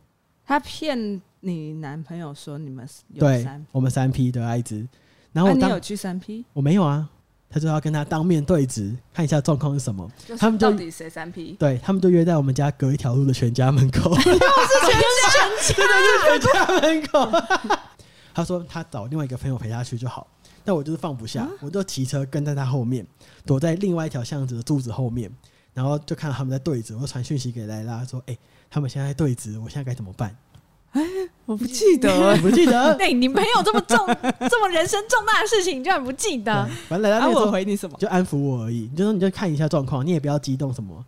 S2: 他骗你男朋友说你们有
S1: 对
S2: 三，
S1: 我们三 P 的艾滋。然
S2: 那、
S1: 后
S2: 啊、
S1: 我
S2: 你
S1: 当、
S2: 有去三 P？
S1: 我没有啊，他就要跟他当面对质，看一下状况是什么。他们就
S2: 到底谁三 P？
S1: 对他们就约在我们家隔一条路的全家门口，全家，真的是全家门口。 [laughs] 他说他找另外一个朋友陪他去就好，但我就是放不
S2: 啊
S1: 下，我就骑车跟在他后面，躲在另外一条巷子的柱子后面，然后就看到他们在对峙，我就传讯息给莱拉说：“哎、他们现在在对峙，我现在该怎么办
S2: 哎我不记？”得
S1: 你 [laughs] 不
S2: [laughs]
S1: 记得？
S3: [laughs] 哎、你没有这么重、
S1: 啊
S3: 这么人生重大的事情，你居然不记
S1: 对
S3: 得？
S1: 反正莱拉
S2: 啊，
S1: 那个时
S2: 我
S1: 候
S2: 回你什么？
S1: 就安抚我而已，你就说你就看一下状况，你也不要激动什么。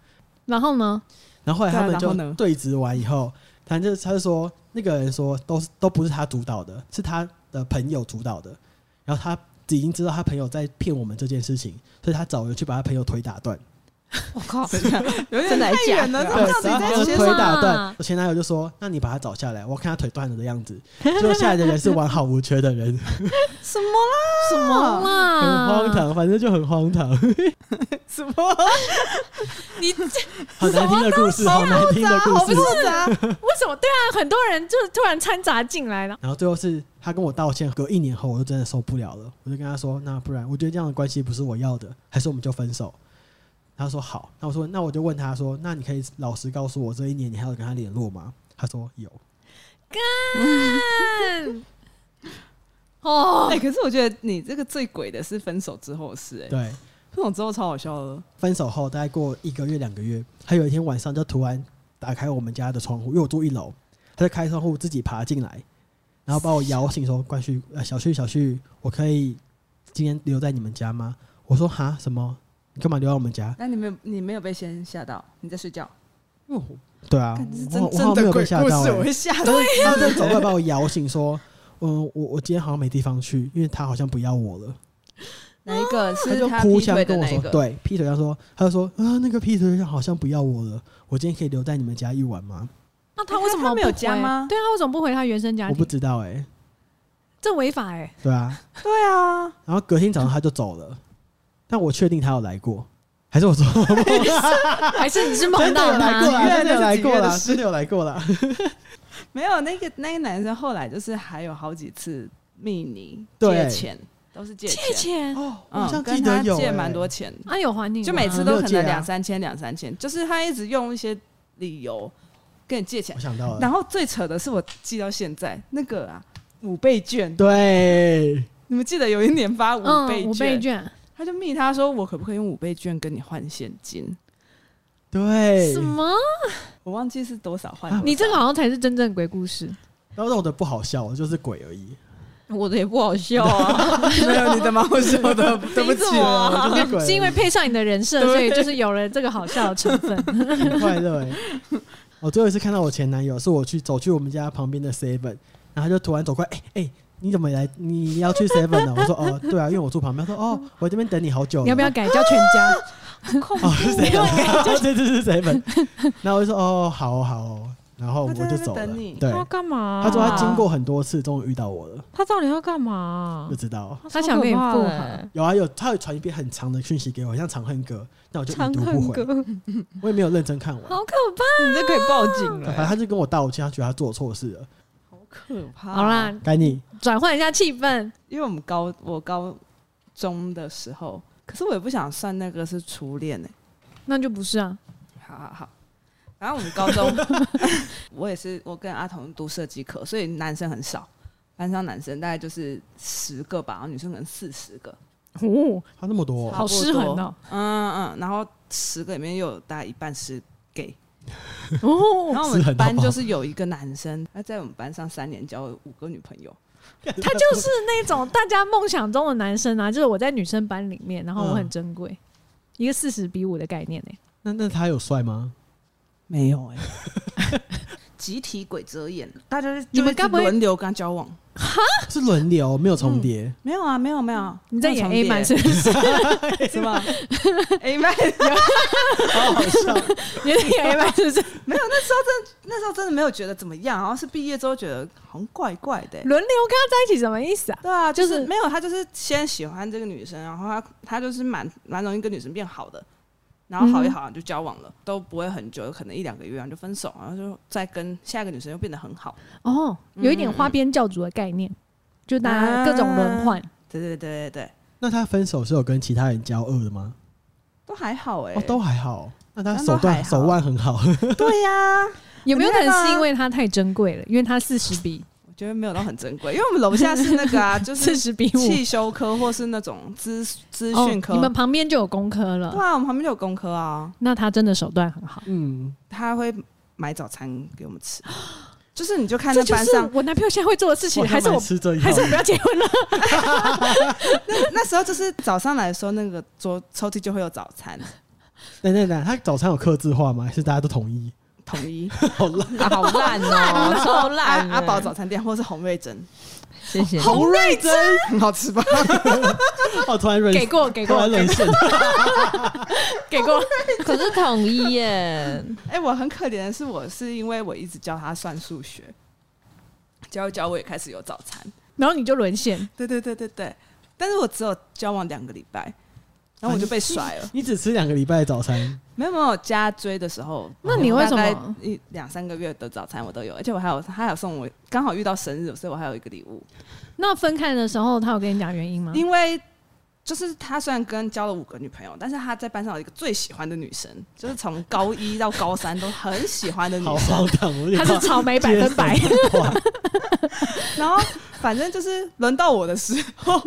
S3: 然后呢？
S1: 然后后来他
S2: 对
S1: 们
S2: 啊然后呢
S1: 就对峙完以后，反正他就说那个人说都是都不是他主导的，是他的朋友主导的。然后他已经知道他朋友在骗我们这件事情，所以他找人去把他朋友腿打断。
S4: 我靠，
S2: 有点
S4: 真的还
S2: 太
S4: 是假
S2: 远了，
S4: 的
S2: 这
S4: 啊
S2: 到底
S1: 然后
S2: 在
S1: 腿
S2: 学
S3: 什么
S1: 打断，我前男友就说：“那你把他找下来，我看他腿断了的样子。”结果下来的人是完好无缺的人，
S2: 什么啦？
S3: 什么啦？
S1: 很荒！唐，反正就很荒唐，
S2: 什么？
S3: 你这
S1: 好难听的故事，好难听的故
S2: 好
S1: 事。
S2: 复杂，
S3: 为什么？对啊，很多人就是突然掺杂进来了。
S1: 然后最后是他他跟我道歉，隔一年后我就真的受不了了，我就跟他说，那不然我觉得这样的关系不是我要的，还是我们就分手。他说好，那我说那我就问他说，那你可以老实告诉我，这一年你还有跟他联络吗？他说有，
S3: 干哦 [laughs]
S2: 哎、，可是我觉得你这个最鬼的是分手之后的事、哎，
S1: 对。
S2: 分手之后超好笑的。
S1: 分手后大概过一个月两个月，他有一天晚上就突然打开我们家的窗户，因为我住一楼，他就开窗户自己爬进来，然后把我摇醒说：“冠旭，呃，小旭，小旭，我可以今天留在你们家吗？”我说：“哈，什么？你干嘛留在我们家
S2: 那你没有你没有被先吓到，你在睡觉，？”
S1: 对啊
S2: 干这是，
S1: 我
S2: 真
S1: 我
S2: 真
S1: 好像没
S2: 的
S1: 有
S2: 鬼故
S1: 被
S2: 事
S1: 吓到、，
S2: 我
S1: 欸，
S2: 会吓到。
S1: 但是他真的走过来把我摇醒说：“嗯，我我今天好像没地方去，因为他好像不要我了。”
S2: 哪一个
S1: 他
S2: 是
S1: 就
S2: 他
S1: 哭
S2: 劈
S1: 腔
S2: 腿的
S1: 跟我
S2: 那一
S1: 说，
S2: 个？
S1: 对，劈腿他说，他就说啊，那个劈腿对象好像不要我了，我今天可以留在你们家一晚吗？
S3: 那他为什
S2: 他
S3: 么
S2: 他没有
S3: 不回
S2: 家吗
S3: 对啊他为什么不回他原生家
S1: 我不
S3: 庭？
S1: 知道哎、
S3: 这违法哎！
S1: 对啊，
S2: 对啊，
S1: 然后隔天早上他就走了，但我确定他有来过，还是我做梦
S3: 还是你是梦
S1: 真的
S3: 到
S1: 有来过
S3: 他？
S1: 啦，真的
S2: 那
S1: 有来
S2: 是几
S1: 过
S2: 月的
S1: 啦，
S2: 事
S1: 真的有来过啦。
S2: 没有那个那个男生后来就是还有好几次密你
S1: 对
S2: 借钱，都是借
S3: 借
S2: 钱，
S3: 钱
S1: 哦，我
S2: 嗯，
S1: 好像
S2: 跟
S1: 记得
S2: 他
S1: 有、欸
S2: 借蛮多，钱，
S3: 啊，有还你吗
S2: 就每次
S1: 没
S2: 都
S1: 有
S2: 可
S1: 借啊
S2: 能两三千两三千，就是他一直用一些理由跟你借钱
S1: 我。想到
S2: 然
S1: 了，
S2: 后最扯的是我记到现在那个啊五倍券，
S1: 对，
S2: 你们记得有一年发五倍券，
S3: 嗯五倍券，
S2: 他就密他说我可不可以用五倍券跟你换现金？
S1: 对
S3: 什，么？
S2: 我忘记是多少换
S1: 啊
S2: 多少。
S3: 你这个好像才是真正的鬼
S2: [laughs]
S3: 故事。
S1: 然后我的不好笑，就是鬼而已，
S4: 我的也不好笑啊，
S2: 没有你的蛮好笑的，
S4: [laughs]
S2: 对不起
S4: 凭什么啊
S1: 我就是鬼而已，
S3: 哦是因为配上你的人设，所以就是有了这个好笑的成
S2: [laughs]
S3: 分。
S1: 很快乐哎、我最后一次看到我前男友，是我去走去我们家旁边的 Seven，然后他就突然走过来，哎、哎、你怎么也来？你要去 Seven 呢？我说哦，对啊，因为我住旁边。他说哦，我这边等你好久了。
S3: 你要不要？改叫全家？
S1: 哦，是 Seven，对对对是 Seven。然后我就说哦，好哦好哦，然后我
S2: 他在那
S1: 就
S2: 边
S1: 走了
S2: 等你。
S1: 对，
S4: 要干嘛？啊
S1: 他说
S3: 啊
S1: 他经过很多次，终于遇到我了，
S4: 他到底要干嘛啊
S1: 不？知道。
S3: 他想跟你复
S4: 超可怕
S2: 欸
S3: 合，
S4: 的
S1: 有啊有，他有传一篇很长的讯息给我，像长恨歌，那我就已
S4: 长
S1: 读
S4: 恨
S1: 不回，
S4: 歌，
S1: [laughs] 我也没有认真看完。
S3: 好可怕！啊
S4: 你这可以报警
S1: 反正他就跟我道歉，他觉得他做错事了，
S2: 好可怕。
S3: 好啦，，
S1: 该你。
S3: 转换一下气氛。
S2: 因为我们高我高中的时候，可是我也不想算那个是初恋欸呢、
S3: 那就不是啊，
S2: 好好好，然后我们高
S3: [laughs]
S2: 中， [laughs] 我也是我跟阿童读设计课，所以男生很少，班上男生大概就是十个吧，然后女生可能四十个。
S3: 哦，
S1: 他那么多、 [laughs]
S2: 差
S3: 好
S2: 不多
S3: 失衡哦，
S2: 嗯嗯，然后十个里面又有大概一半是 gay，然
S3: 哦，
S2: 后我
S1: 是很
S2: 们班
S1: 好
S2: 就是有一个男生，他在我们班上三年交了五个女朋友， [laughs]
S3: 他就是那种大家梦想中的男生啊，就是我在女生班里面，然后我
S2: 嗯
S3: 很珍贵，一个四十比五的概念呢、
S1: 那那他有帅吗？
S2: 没有哎、集体鬼遮眼，大家就
S3: 你们
S2: 就一直
S3: 该不会
S2: 轮流跟他交往？
S1: 是轮流，没有重
S3: 嗯
S1: 叠。
S2: 没有啊，没有没有，
S3: 你在演
S2: 没有重叠
S3: A 版
S2: [laughs]
S3: 是不是？
S2: 什 [laughs] 么？A 漫？
S3: [laughs]
S1: 好好笑。
S3: 你在
S2: [laughs]
S3: 演 A 版是不是？
S2: 没有，那时候真那时候真的没有觉得怎么样，然后是毕业之后觉得好像怪怪的欸、
S3: 轮流跟他在一起什么意思啊？
S2: 对啊，就
S3: 嗯就是
S2: 是没有他，就是先喜欢这个女生，然后他他就是蛮蛮容易跟女生变好的，然后好一好就交往了，都不会很久，可能一两个月然后就分手，然后就再跟下一个女生又变得很好。
S3: 哦，有一点花边教主的概念，就大家
S2: 啊
S3: 各种轮换。
S2: 对对对对对，
S1: 那他分手是有跟其他人交恶的吗？
S2: 都还好哎、
S1: 哦，都还好。那他
S2: 那都
S1: 手
S2: 还
S1: 段
S2: 好
S1: 手腕很
S4: [laughs]
S1: 好，
S2: [laughs] 对啊呀、
S3: 有没有可
S2: 很厉害
S3: 能
S2: 吧
S3: 是因为他太珍贵了？因为他四十比
S2: 我觉得没有到很珍贵，因为我们楼下是那个啊，就
S3: [laughs] 四
S2: 是
S3: 十比五，
S2: 汽修科或是那种资资
S3: 哦
S2: 讯科。
S3: 你们旁边就有工科
S2: 对
S3: 了。
S2: 啊，我们旁边就有工科啊，
S3: 那他真的手段很好，
S1: 嗯，
S2: 他会买早餐给我们吃，就是你就看
S3: 这
S2: 那
S3: 就
S2: 班
S3: 是
S2: 上
S3: 我男朋友现在会做的事情，
S1: 哇
S3: 还是
S1: 他
S3: 我
S1: 蛮吃这一套
S3: 还是我不要结
S2: [laughs]
S3: 婚了？
S2: 那时候就是早上来的时候，那个桌抽屉就会有早餐，
S1: 等等等，他早餐有克制化吗？还是大家都统一？
S2: 统一
S1: 好烂，
S4: 啊好烂哦， [laughs] 超
S2: 阿
S4: 烂的！
S2: 阿宝早餐店或是红瑞珍，
S4: 谢谢你。
S2: 瑞珍很好吃吧？
S1: [laughs] 哦，突然沦
S3: 给过，给
S1: 突
S3: 过，
S1: 然沦
S4: [laughs]
S1: 陷。
S3: 给过。
S4: 可是统一耶，
S2: 哎、我很可怜的是，我是因为我一直教他算数学，教一教我也开始有早餐，
S3: 然后你就沦陷，
S2: 对对对对对，但是我只有交往两个礼拜，然后我就被甩了。
S1: 你只吃两个礼拜的早餐，
S2: 没有没有，加追的时候，
S3: 那你为什么
S2: 大概一两三个月的早餐我都有，而且我还有他还有送我刚好遇到生日，所以我还有一个礼物。
S3: 那分开的时候，他有跟你讲原因吗？
S2: 因为就是他虽然跟交了五个女朋友，但是他在班上有一个最喜欢的女生，就是从高一到高三都很喜欢的女 [laughs]
S1: 好
S2: 生。
S1: 荒唐，我有
S3: 他
S1: 点
S3: 是草莓百分百，
S1: 接什么话
S2: 然后反正就是轮到我的时 [laughs] 候，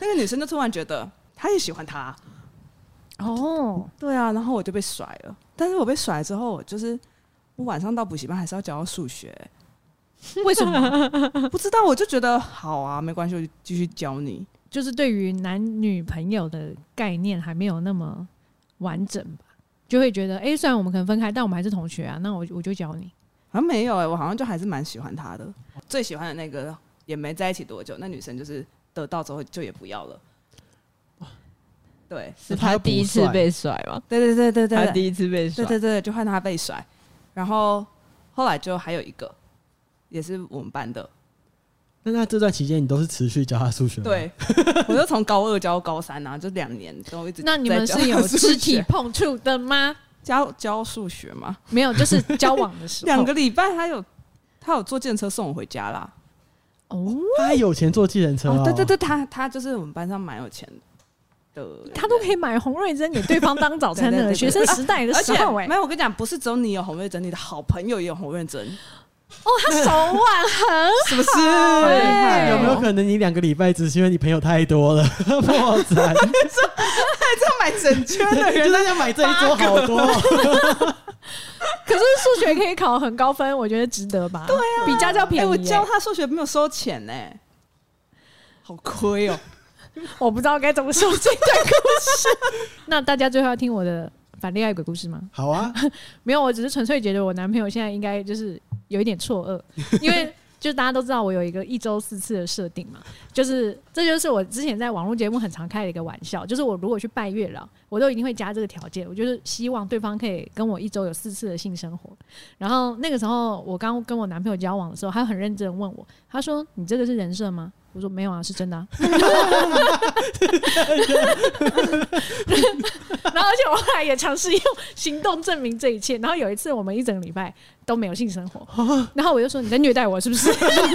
S2: 那个女生就突然觉得她也喜欢他。
S3: 哦，
S2: 对啊，然后我就被甩了。但是我被甩之后，我就是我晚上到补习班还是要教数 [laughs] 学、为什 [laughs] 么？不知道，我就觉得好啊，没关系，我就继续教你。
S3: 就是对于男女朋友的概念还没有那么完整吧，就会觉得，哎、虽然我们可能分开，但我们还是同学啊，那我我就教你。
S2: 好像没有哎、我好像就还是蛮喜欢他的。最喜欢的那个也没在一起多久，那女生就是得到之后就也不要了。对，
S4: 是他第一次被甩吗？
S2: 对对对对对
S4: 他
S2: 对
S4: 第一次被甩
S2: 对，对对，就换他被甩。然后后来就还有一个，也是我们班的，
S1: 那那这段期间你都是持续教他数学吗？
S2: 对，我就从高二教到高三啊，就两年都一直
S3: 那你们
S2: 在教
S3: 是有
S2: 数
S3: 肢体
S2: 学
S3: 碰触的吗？
S2: 教教数学吗？
S3: 没有，就是交往的时
S2: [laughs]
S3: 候。
S2: 两个礼拜他有他有坐电车送我回家啦。
S3: 哦，
S1: 他还有钱坐计程车
S2: 哦
S1: 哦，
S2: 对对对，他他就是我们班上蛮有钱的，
S3: 他都可以买红瑞珍给对方当早餐
S2: 对对对
S3: 的，
S2: 对
S3: 学生时代的
S2: 而
S3: 时
S2: 且
S3: 候、哎
S2: 没，有，我欸跟你讲，不是只有你有红认真，你的好朋友也有红认真，
S3: 哦，他
S2: [laughs]
S3: 手腕很
S2: 是不是？
S3: 好哎
S2: 哦
S1: 有没 [laughs] 有可能你两个礼拜只是因为你朋友太多了， [laughs] 破产？
S2: 要买整圈的
S1: 就
S2: 人？
S1: 大家买这一桌好多，
S3: 可是数学可以考很高分，我觉得值得吧？对啊，比家教便
S2: 哎，
S3: 宜、
S2: 我
S3: 哎
S2: 教他数学没有收钱呢，好亏 [laughs] 哦。
S3: 我不知道该怎么说这段故事。 [laughs] 那大家最后要听我的反恋爱鬼故事吗？
S1: 好啊，
S3: 没有，我只是纯粹觉得我男朋友现在应该就是有一点错愕，因为就大家都知道我有一个一周四次的设定嘛，就是这就是我之前在网络节目很常开的一个玩笑，就是我如果去拜月老，我都一定会加这个条件，我就是希望对方可以跟我一周有四次的性生活。然后那个时候我刚跟我男朋友交往的时候，他很认真地问我，他说：“你这个是人设吗？”我说：“没有啊，是真的、啊。” [laughs] 然后，而且我后来也尝试用行动证明这一切。然后有一次，我们一整个礼拜都没有性生
S2: [laughs]
S3: 活，
S2: 啊
S3: 然后我就说：“你在虐待我是不是？”这样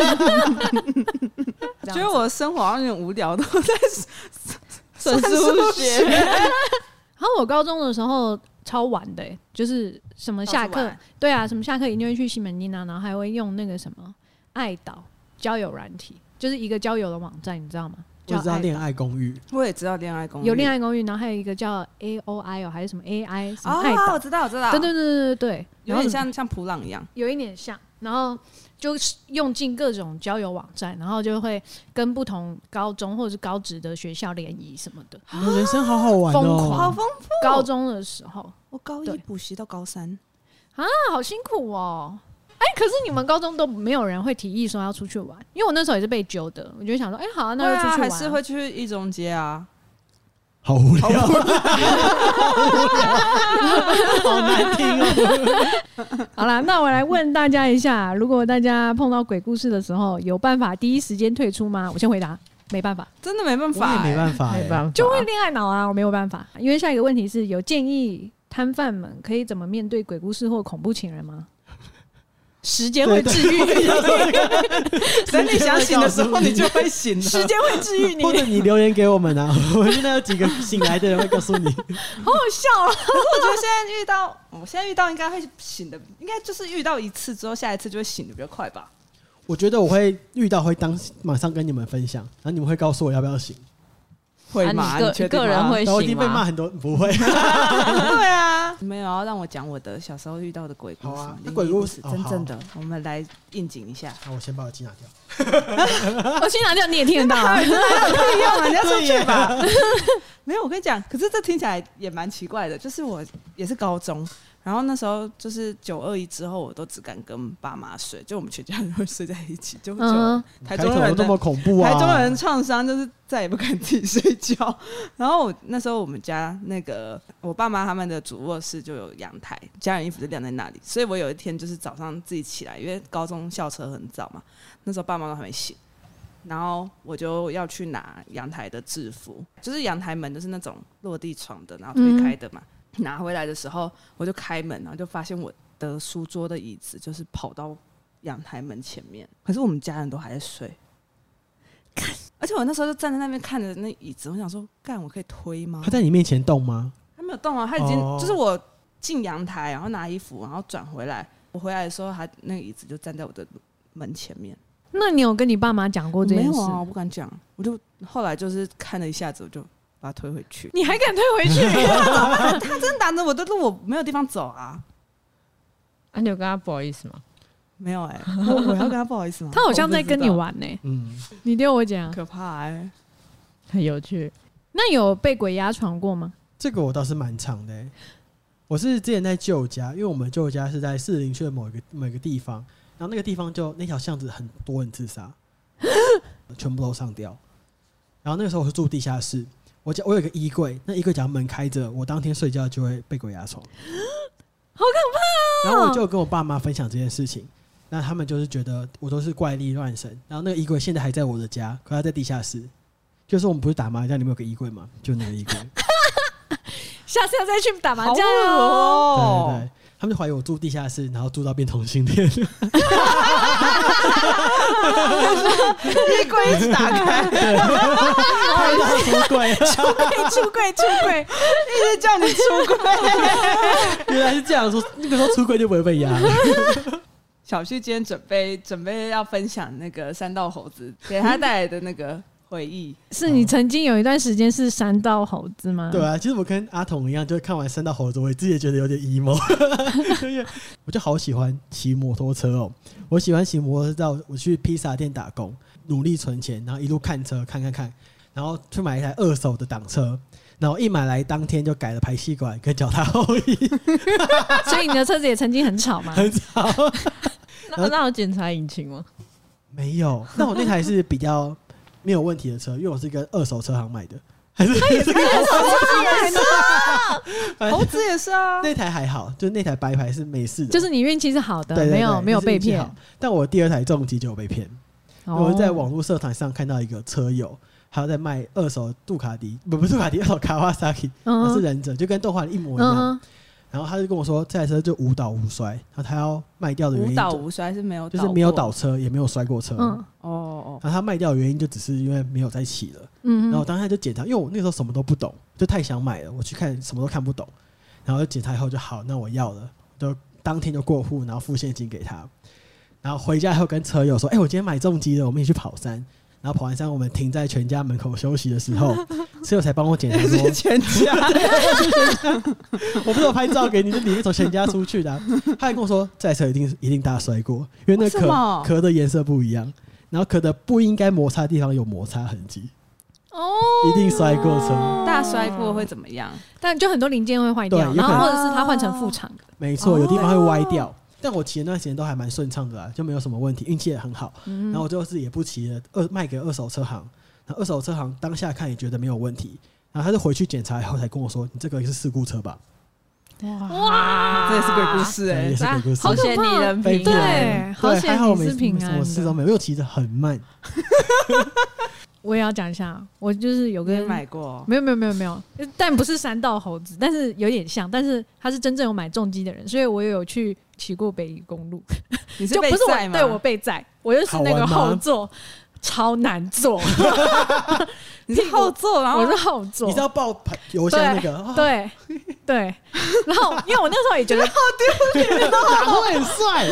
S2: 觉得我的生活好像有点无聊，都在
S4: 算数学，
S3: 然后我高中的时候超晚的、欸，就是什么下
S2: 到处
S3: 课
S2: 玩，
S3: 对啊，什么下课一定会去西门町啊，然后还会用那个什么爱岛交友软体，就是一个交友的网站，你知道吗？
S1: 我
S3: 叫
S1: 知道
S3: 爱
S1: 恋
S3: 岛
S1: 爱公寓，
S2: 我也知道恋爱公寓
S3: 有恋爱公寓，然后还有一个叫 A O I 哦，还是什么 A I 什么爱
S2: 哦，
S3: 岛
S2: 我，知道，我知道，
S3: 对对对对对对，
S2: 有
S3: 然后
S2: 点
S3: 什么
S2: 像像普朗一样，
S3: 有一点像，然后就是用尽各种交友网站，然后就会跟不同高中或者是高职的学校联谊什么的。
S1: 你的人生好好玩
S3: 疯
S1: 哦
S3: 狂。
S2: 好丰富。
S3: 高中的时候啊，
S2: 我高
S3: 对
S2: 一补习到高三，
S3: 好辛苦哦。哎、可是你们高中都没有人会提议说要出去玩，因为我那时候也是被揪的，我就想说，哎、好、啊，那就出去玩啊、
S2: 还是会去一中街啊。
S1: 好无聊， [laughs] 好无聊，好难听哦。
S3: [laughs] 好啦，那我来问大家一下，如果大家碰到鬼故事的时候，有办法第一时间退出吗？我先回答，没办法，
S2: 真的没办
S1: 我
S2: 法、
S1: 也没
S2: 欸，
S1: 办法欸，
S4: 没办法，
S3: 就会恋爱脑啊，我没有办法。因为下一个问题是有建议摊贩们可以怎么面对鬼故事或恐怖情人吗？时间会治愈， [laughs]
S2: [laughs] 等你想醒的时
S1: [laughs]
S2: 候，你就会醒 [laughs]
S3: 时
S2: 了。
S3: 间会治愈你，
S1: 或者你留言给我
S2: [laughs]
S1: 们啊，我们现在有几个醒来的人会告诉你。
S3: 好好笑啊！
S2: 我觉得现在遇到，我现在遇到应该会醒的，应该就是遇到一次之后，下一次就会醒的比较快吧。
S1: 我觉得我会遇到会当马上跟你们分享，然后你们会告诉我要不要醒。
S2: 会
S4: 啊你个个人会
S1: 然后我已
S4: 醒
S1: 经被骂
S4: 吗？
S1: 很多，
S2: [laughs]
S1: 不会。
S2: [laughs] 对啊，没有要让我讲我的小时候遇到的鬼故
S1: 好
S2: 事
S1: 啊，
S2: 灵异
S1: 鬼故事哦
S2: 真
S1: 好
S2: 正的，我们来应景一下。
S1: 好，我先把耳机拿
S2: [laughs]
S1: 掉。
S3: 我去拿掉你也听得到、啊，
S2: 不用啊，你要出
S1: [laughs] 对耶
S2: 去吧。没有，我跟你讲，可是这听起来也蛮奇怪的。就是我也是高中，然后那时候就是九二一之后，我都只敢跟爸妈睡，就我们全家人会睡在一起，就就、
S3: 嗯，
S2: 台
S1: 开
S2: 中
S1: 头
S2: 人
S1: 那
S2: 的
S1: 么恐怖啊！
S2: 台中人创伤就是再也不敢自己睡觉。 [laughs] 然后我那时候我们家那个我爸妈他们的主卧室就有阳台，家人衣服就晾在那里。所以我有一天就是早上自己起来，因为高中校车很早嘛，那时候爸妈都还没醒，然后我就要去拿阳台的制服，就是阳台门就是那种落地窗的，然后推开的嘛。拿回来的时候，我就开门，然后就发现我的书桌的椅子就是跑到阳台门前面，可是我们家人都还在睡。而且我那时候就站在那边看着那椅子，我想说，干，我可以推吗
S1: 他？在你面前动吗？
S2: 他没有动啊，他已经、
S1: 哦
S2: 就是我进阳台，然后拿衣服，然后转回来，我回来的时候，他那个椅子就站在我的门前面。
S3: [laughs] 那你有跟你爸妈讲过
S2: 我
S3: 这
S2: 没
S3: 件
S2: 有
S3: 事？
S2: 啊，我不敢讲，我就后来就是看了一下子，我就把他推回 [laughs] 去。
S3: 你还敢退回去？
S2: 他真的挡着我的路，我没有地方走啊。
S4: 啊，你有跟他不好意思吗？
S2: 没有 [laughs] 哎、我我要跟他不好意思吗？
S3: 他好像在跟你
S2: 我
S3: 玩呢、
S1: 嗯，
S3: 你对我
S2: 不 [laughs]
S3: 讲
S2: 知道，，可怕哎、
S4: 很有趣，
S3: 那有被鬼压床过吗？
S1: 这个我倒是蛮长的、欸。我是之前在旧家，因为我们旧家是在士林区的某一个某一个地方，然后那个地方就那条巷子很多人
S3: [laughs]
S1: 自杀，全部都上吊。然后那个时候我是住地下室，我家我有一个衣柜，那衣柜只要门开着，我当天睡觉就会被鬼压床，
S3: [gasps] 好可哦
S1: 然后我就跟我爸妈分享这件事情，那他们就是觉得我都是怪力乱神。然后那个衣柜现在还在我的家，可它在地下室。就是我们不是打麻将，里面有个衣柜嘛，就那个衣柜。
S3: 怕！下次要再去打麻
S2: 好
S3: 将
S2: 恶
S3: 哦。
S2: 哦、
S1: 对对对，他们就怀疑我住地下室，然后住到变同性 [laughs] 恋。
S2: 衣柜一直打开，
S1: 太大出轨了，
S2: 出柜出柜，一直叫你出柜。
S1: 原来是这样说。那个时候出轨就不会被压了。
S2: [laughs] 小旭今天准备准备要分享那个三道猴子给他带来的那个回
S1: [laughs]
S2: 忆，
S3: 是你曾经有一段时间是三道猴子吗？
S1: [laughs] 对啊，其实我跟阿童一样，就是看完《三道猴子》，我自己也觉得有点 emo，因 [laughs] 为我就好喜欢骑摩托车哦。我喜欢骑摩托车到我去披萨店打工，努力存钱，然后一路看车，看看看，然后去买一台二手的挡车，然后一买来当天就改了排气管跟脚踏后翼，
S3: 所以你的车子也曾经很吵
S1: [laughs]
S3: 吗？
S1: 很吵。
S4: [laughs] 那那我检查引擎吗？
S3: [laughs]
S1: 没有，那我那台是比较没有问题的车，因为我是跟二手车行买
S3: [laughs]
S1: 的，还是也是跟二手
S2: 猴子也是啊。
S1: 那台还好，就那台白牌是美式的，
S3: 就是是你运气是好的，
S1: 对对对
S3: 没有没有被。
S1: 就是
S3: 骗
S1: 运气。好但我第二台重机就有被骗，
S3: 哦
S1: 我在网络社团上看到一个车友，他在卖二手杜卡迪，不不是杜卡迪，二手卡瓦萨基，
S3: 嗯
S1: 我是
S3: 哼
S1: 忍者，就跟动画一模一
S3: 嗯
S1: 样。
S3: 哼，
S1: 然后他就跟我说，这台车就无倒无摔，然后他要卖掉的原
S2: 无
S1: 因
S2: 倒
S1: 就
S2: 无摔是没有倒
S1: 就
S2: 过，
S1: 是没有倒车，也没有摔过车。
S3: 嗯
S2: [laughs] 哦哦，
S1: 然后他卖掉的原因就只是因为没有再骑了。
S3: 嗯
S1: 然后我
S3: 哼，
S1: 当下就检查，因为我那时候什么都不懂，就太想买了，我去看什么都看不懂，然后就检查以后就好，那我要了，就当天就过户，然后付现金给他，然后回家以后跟车友说，哎、我今天买重机了，我们一起去跑山。然后跑完山，我们停在全家门口休息的时
S3: [laughs]
S1: 候，车友才帮我检查 [laughs] 说，
S2: 全家
S1: 我不是有拍照给你，就里面从全家出去的啊、他还跟我说，这台车一定一定大摔过，因为那
S2: 为什
S1: 壳
S2: 么
S1: 壳的颜色不
S3: 嗯
S1: 一样，然后壳的不应该摩擦的地方有摩擦痕迹，
S3: 哦，
S1: 一定摔过车。
S2: 大摔过会怎么样？
S3: 但就很多零件会坏掉，
S1: 对有
S3: 然
S1: 可
S3: 后
S1: 能
S3: 或者是它换成副厂的。
S1: 没错，有地方会歪掉。
S2: 哦
S1: 但我骑的那段时间都还蛮顺畅的啦，啊就没有什么问题，运气也很好。
S3: 嗯
S1: 然后我最后是也不骑了，二卖给二手车行。然后二手车行当下看也觉得没有问题，然后他就回去检查以后才跟我说：“你这个是事故车吧
S4: 哇
S2: [laughs] 这也是鬼故事？”哎、
S1: 啊对，也是鬼故事
S4: 好。险
S3: 好可怕
S4: 你人
S1: 被
S4: 平安，
S3: 对，好
S1: 对，还
S3: 险
S1: 好我
S3: 你
S1: 没
S3: 是平
S1: 什
S3: 安
S1: 么事都
S3: 的。
S1: 没有，因为我骑得很慢。
S3: 我也要讲一下，我就是有
S2: 我跟你
S3: 跟
S2: 买过，
S3: 没有没有没有没有，但不是三道猴子，但是有点像，但是他是真正有买重机的人，所以我也有去骑过北宜公路，
S2: 你是
S3: 就
S2: 被
S3: 不是
S2: 载
S3: 我
S2: 吗？
S3: 对我被载，我就是那个
S1: 好玩吗
S3: 后座，超难坐，
S2: 你是后座，然后
S3: 我是后座，
S1: 你知道爆排油箱那个？哦，
S3: 对对，然后因为我那时候也觉得，然
S1: [laughs] 打会很
S3: [laughs]
S1: 帅。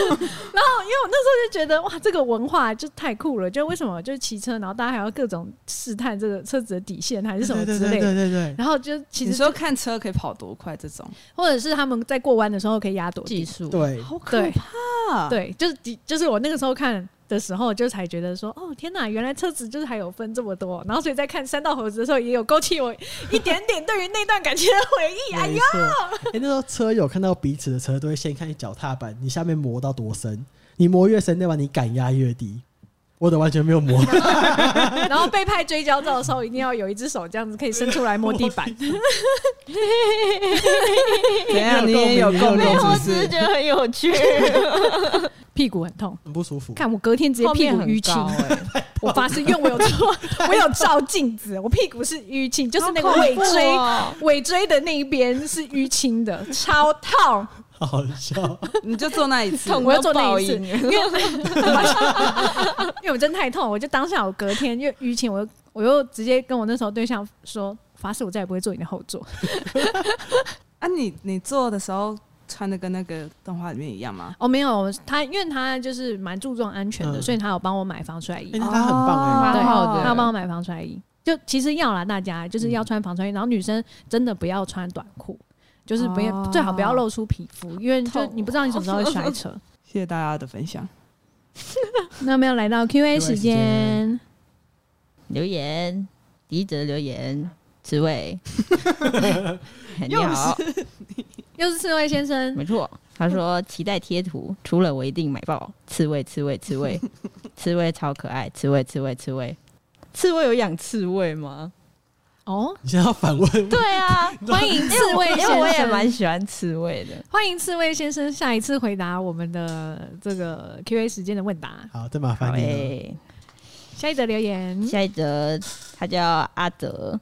S3: 后因为我那时候就觉得哇，这个文化就太酷了，就为什么就是骑车，然后大家还要各种试探这个车子的底线还是什么
S1: 对对
S3: 之
S1: 对
S3: 类
S1: 对对
S3: 的，
S1: 对对。
S3: 然后就其
S2: 你
S3: 实
S2: 说看车可以跑多快这种，
S3: 或者是他们在过弯的时候可以压躲地
S4: 技，术
S1: 对，
S2: 好可
S3: 对
S2: 怕。，
S3: 对，就是的就是我那个时候看的时候，就才觉得说，哦天哪，原来车子就是还有分这么多。然后所以在看《三道猴子》的时候，也有勾起我一点点对于那段感情的回忆。哎
S1: 没
S3: 呀，
S1: 错，哎、那时候车友看到彼此的车，都会先看你脚踏板，你下面磨到多深，你磨越深，代表你敢压越低。我的完全没有
S4: [laughs]
S1: 磨，
S3: 然后被拍追焦照的时候，一定要有一只手这样子可以伸出来摸地板。
S2: 怎样？你也有共
S1: 没有
S2: 鸣
S1: 共
S4: 我
S2: 是不
S1: 鸣
S4: 只是
S2: 是？
S4: 觉得很有趣，
S3: 屁股很痛。
S1: 很不舒服。
S3: 看我隔天直接屁股淤青，
S4: 后面很高欸
S3: 我发誓，因为我有做， [laughs] 我有照镜子，我屁股是淤
S4: 哦欸
S3: [laughs] 青，就是那个尾椎、尾椎的那一边是淤青的，超痛。
S1: 好
S4: 哦
S1: 笑。哎
S2: 你就做那一次，
S4: 痛
S3: 我要
S4: 到
S3: 做那
S4: 爆
S3: 一次
S4: 音，
S3: 因为因为我真太痛，我就当下我隔天就淤青，我又我又直接跟我那时候对象说，发誓我再也不会坐你的后座。
S2: 啊你，你做的时候穿的跟那个动画里面一样吗？
S3: 哦，没有，他因为他就是蛮注重安全的，
S1: 嗯
S3: 所以他有帮我买防摔衣
S1: 哎、，那他很棒哎、
S4: 蛮
S3: 对
S2: 哦
S4: 好的
S3: 他有帮我买防摔衣。就其实要啦，大家就是要穿防摔衣，然后女生真的不要穿短裤，就是不要、
S2: 哦
S3: 最好不要露出皮肤，因为就
S4: 痛
S3: 你不知道你什么时候会摔车。
S2: 谢谢大家的分享。
S3: 那没有来到 Q&A 时
S1: 时间
S3: 间，
S4: 留言，第一则留言，紫 [laughs] 薇，你好，
S3: 又是刺猬先
S4: [laughs]
S3: 生，
S4: 没错。他说期待贴图，除了我一定买爆。刺猬，刺猬，刺猬，刺猬超可爱。刺猬，刺猬，刺猬，刺猬有养刺猬吗？
S3: 哦，
S1: 你现在要反问
S4: [laughs] 对啊，
S3: 欢迎刺猬
S4: 因为我
S3: 先
S4: 也
S3: 生。
S4: 蛮喜欢刺猬的。
S3: 欢迎刺猬先生下一次回答我们的这个 Q&A 时间的问答。
S1: 好，再麻
S4: 好哎
S1: 烦你了。
S4: 诶、
S3: 下一则留言，
S4: 下一则他叫阿德，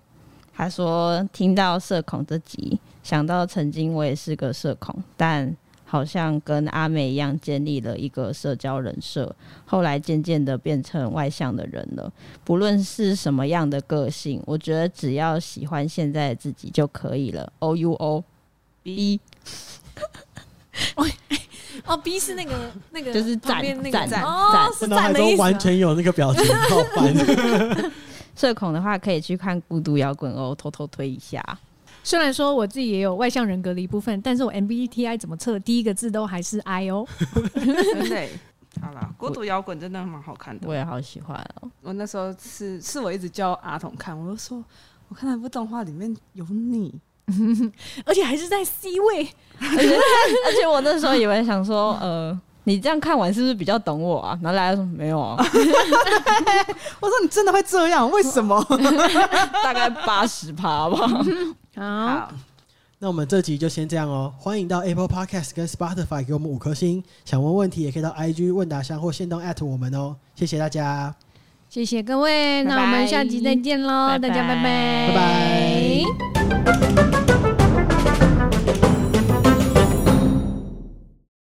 S4: 他说听到社恐这集，想到曾经我也是个社恐，但好像跟阿美一样建立了一个社交人设，后来渐渐的变成外向的人了。不论是什么样的个性，我觉得只要喜欢现在的自己就可以了。O U O B
S3: 哦，B 是那个那个
S4: [laughs] 就是
S3: 旁
S4: 赞
S3: 边那个
S4: 赞
S3: 赞
S4: 赞
S3: 哦，是
S1: 我脑海
S3: 赞的意
S1: 中
S3: 思啊。
S1: 完全有那个
S4: [laughs]
S1: 表情，好烦。
S4: 社恐的话，可以去看《孤独摇滚》哦，偷偷推一下。
S3: 虽然说我自己也有外向人格的一部分，但是我 MBTI 怎么测，第一个字都还是 I 哦。
S2: 真 [laughs] 的欸，好啦，国土摇滚真的蛮好看的。
S4: 我也好喜欢哦。
S2: 我那时候是是我一直叫阿童看，我就说我看那部动画里面有你，
S3: 而且还是在 C 位，
S4: 而且而且我那时候以为想说，呃，你这样看完是不是比较懂我啊？然后来说没有啊，
S2: 我说你真的会这样，为什么？
S4: 大概八十趴吧。
S3: 好，
S2: 好，
S1: 那我们这集就先这样哦，欢迎到 Apple Podcast 跟 Spotify 给我们五颗星。想问问题也可以到 IG 问答箱或线动 at 我们哦，谢谢大家。
S3: 谢谢各位，那我
S4: 拜
S3: 们
S4: 拜
S3: 下集再见喽，大家拜拜，
S1: 拜拜。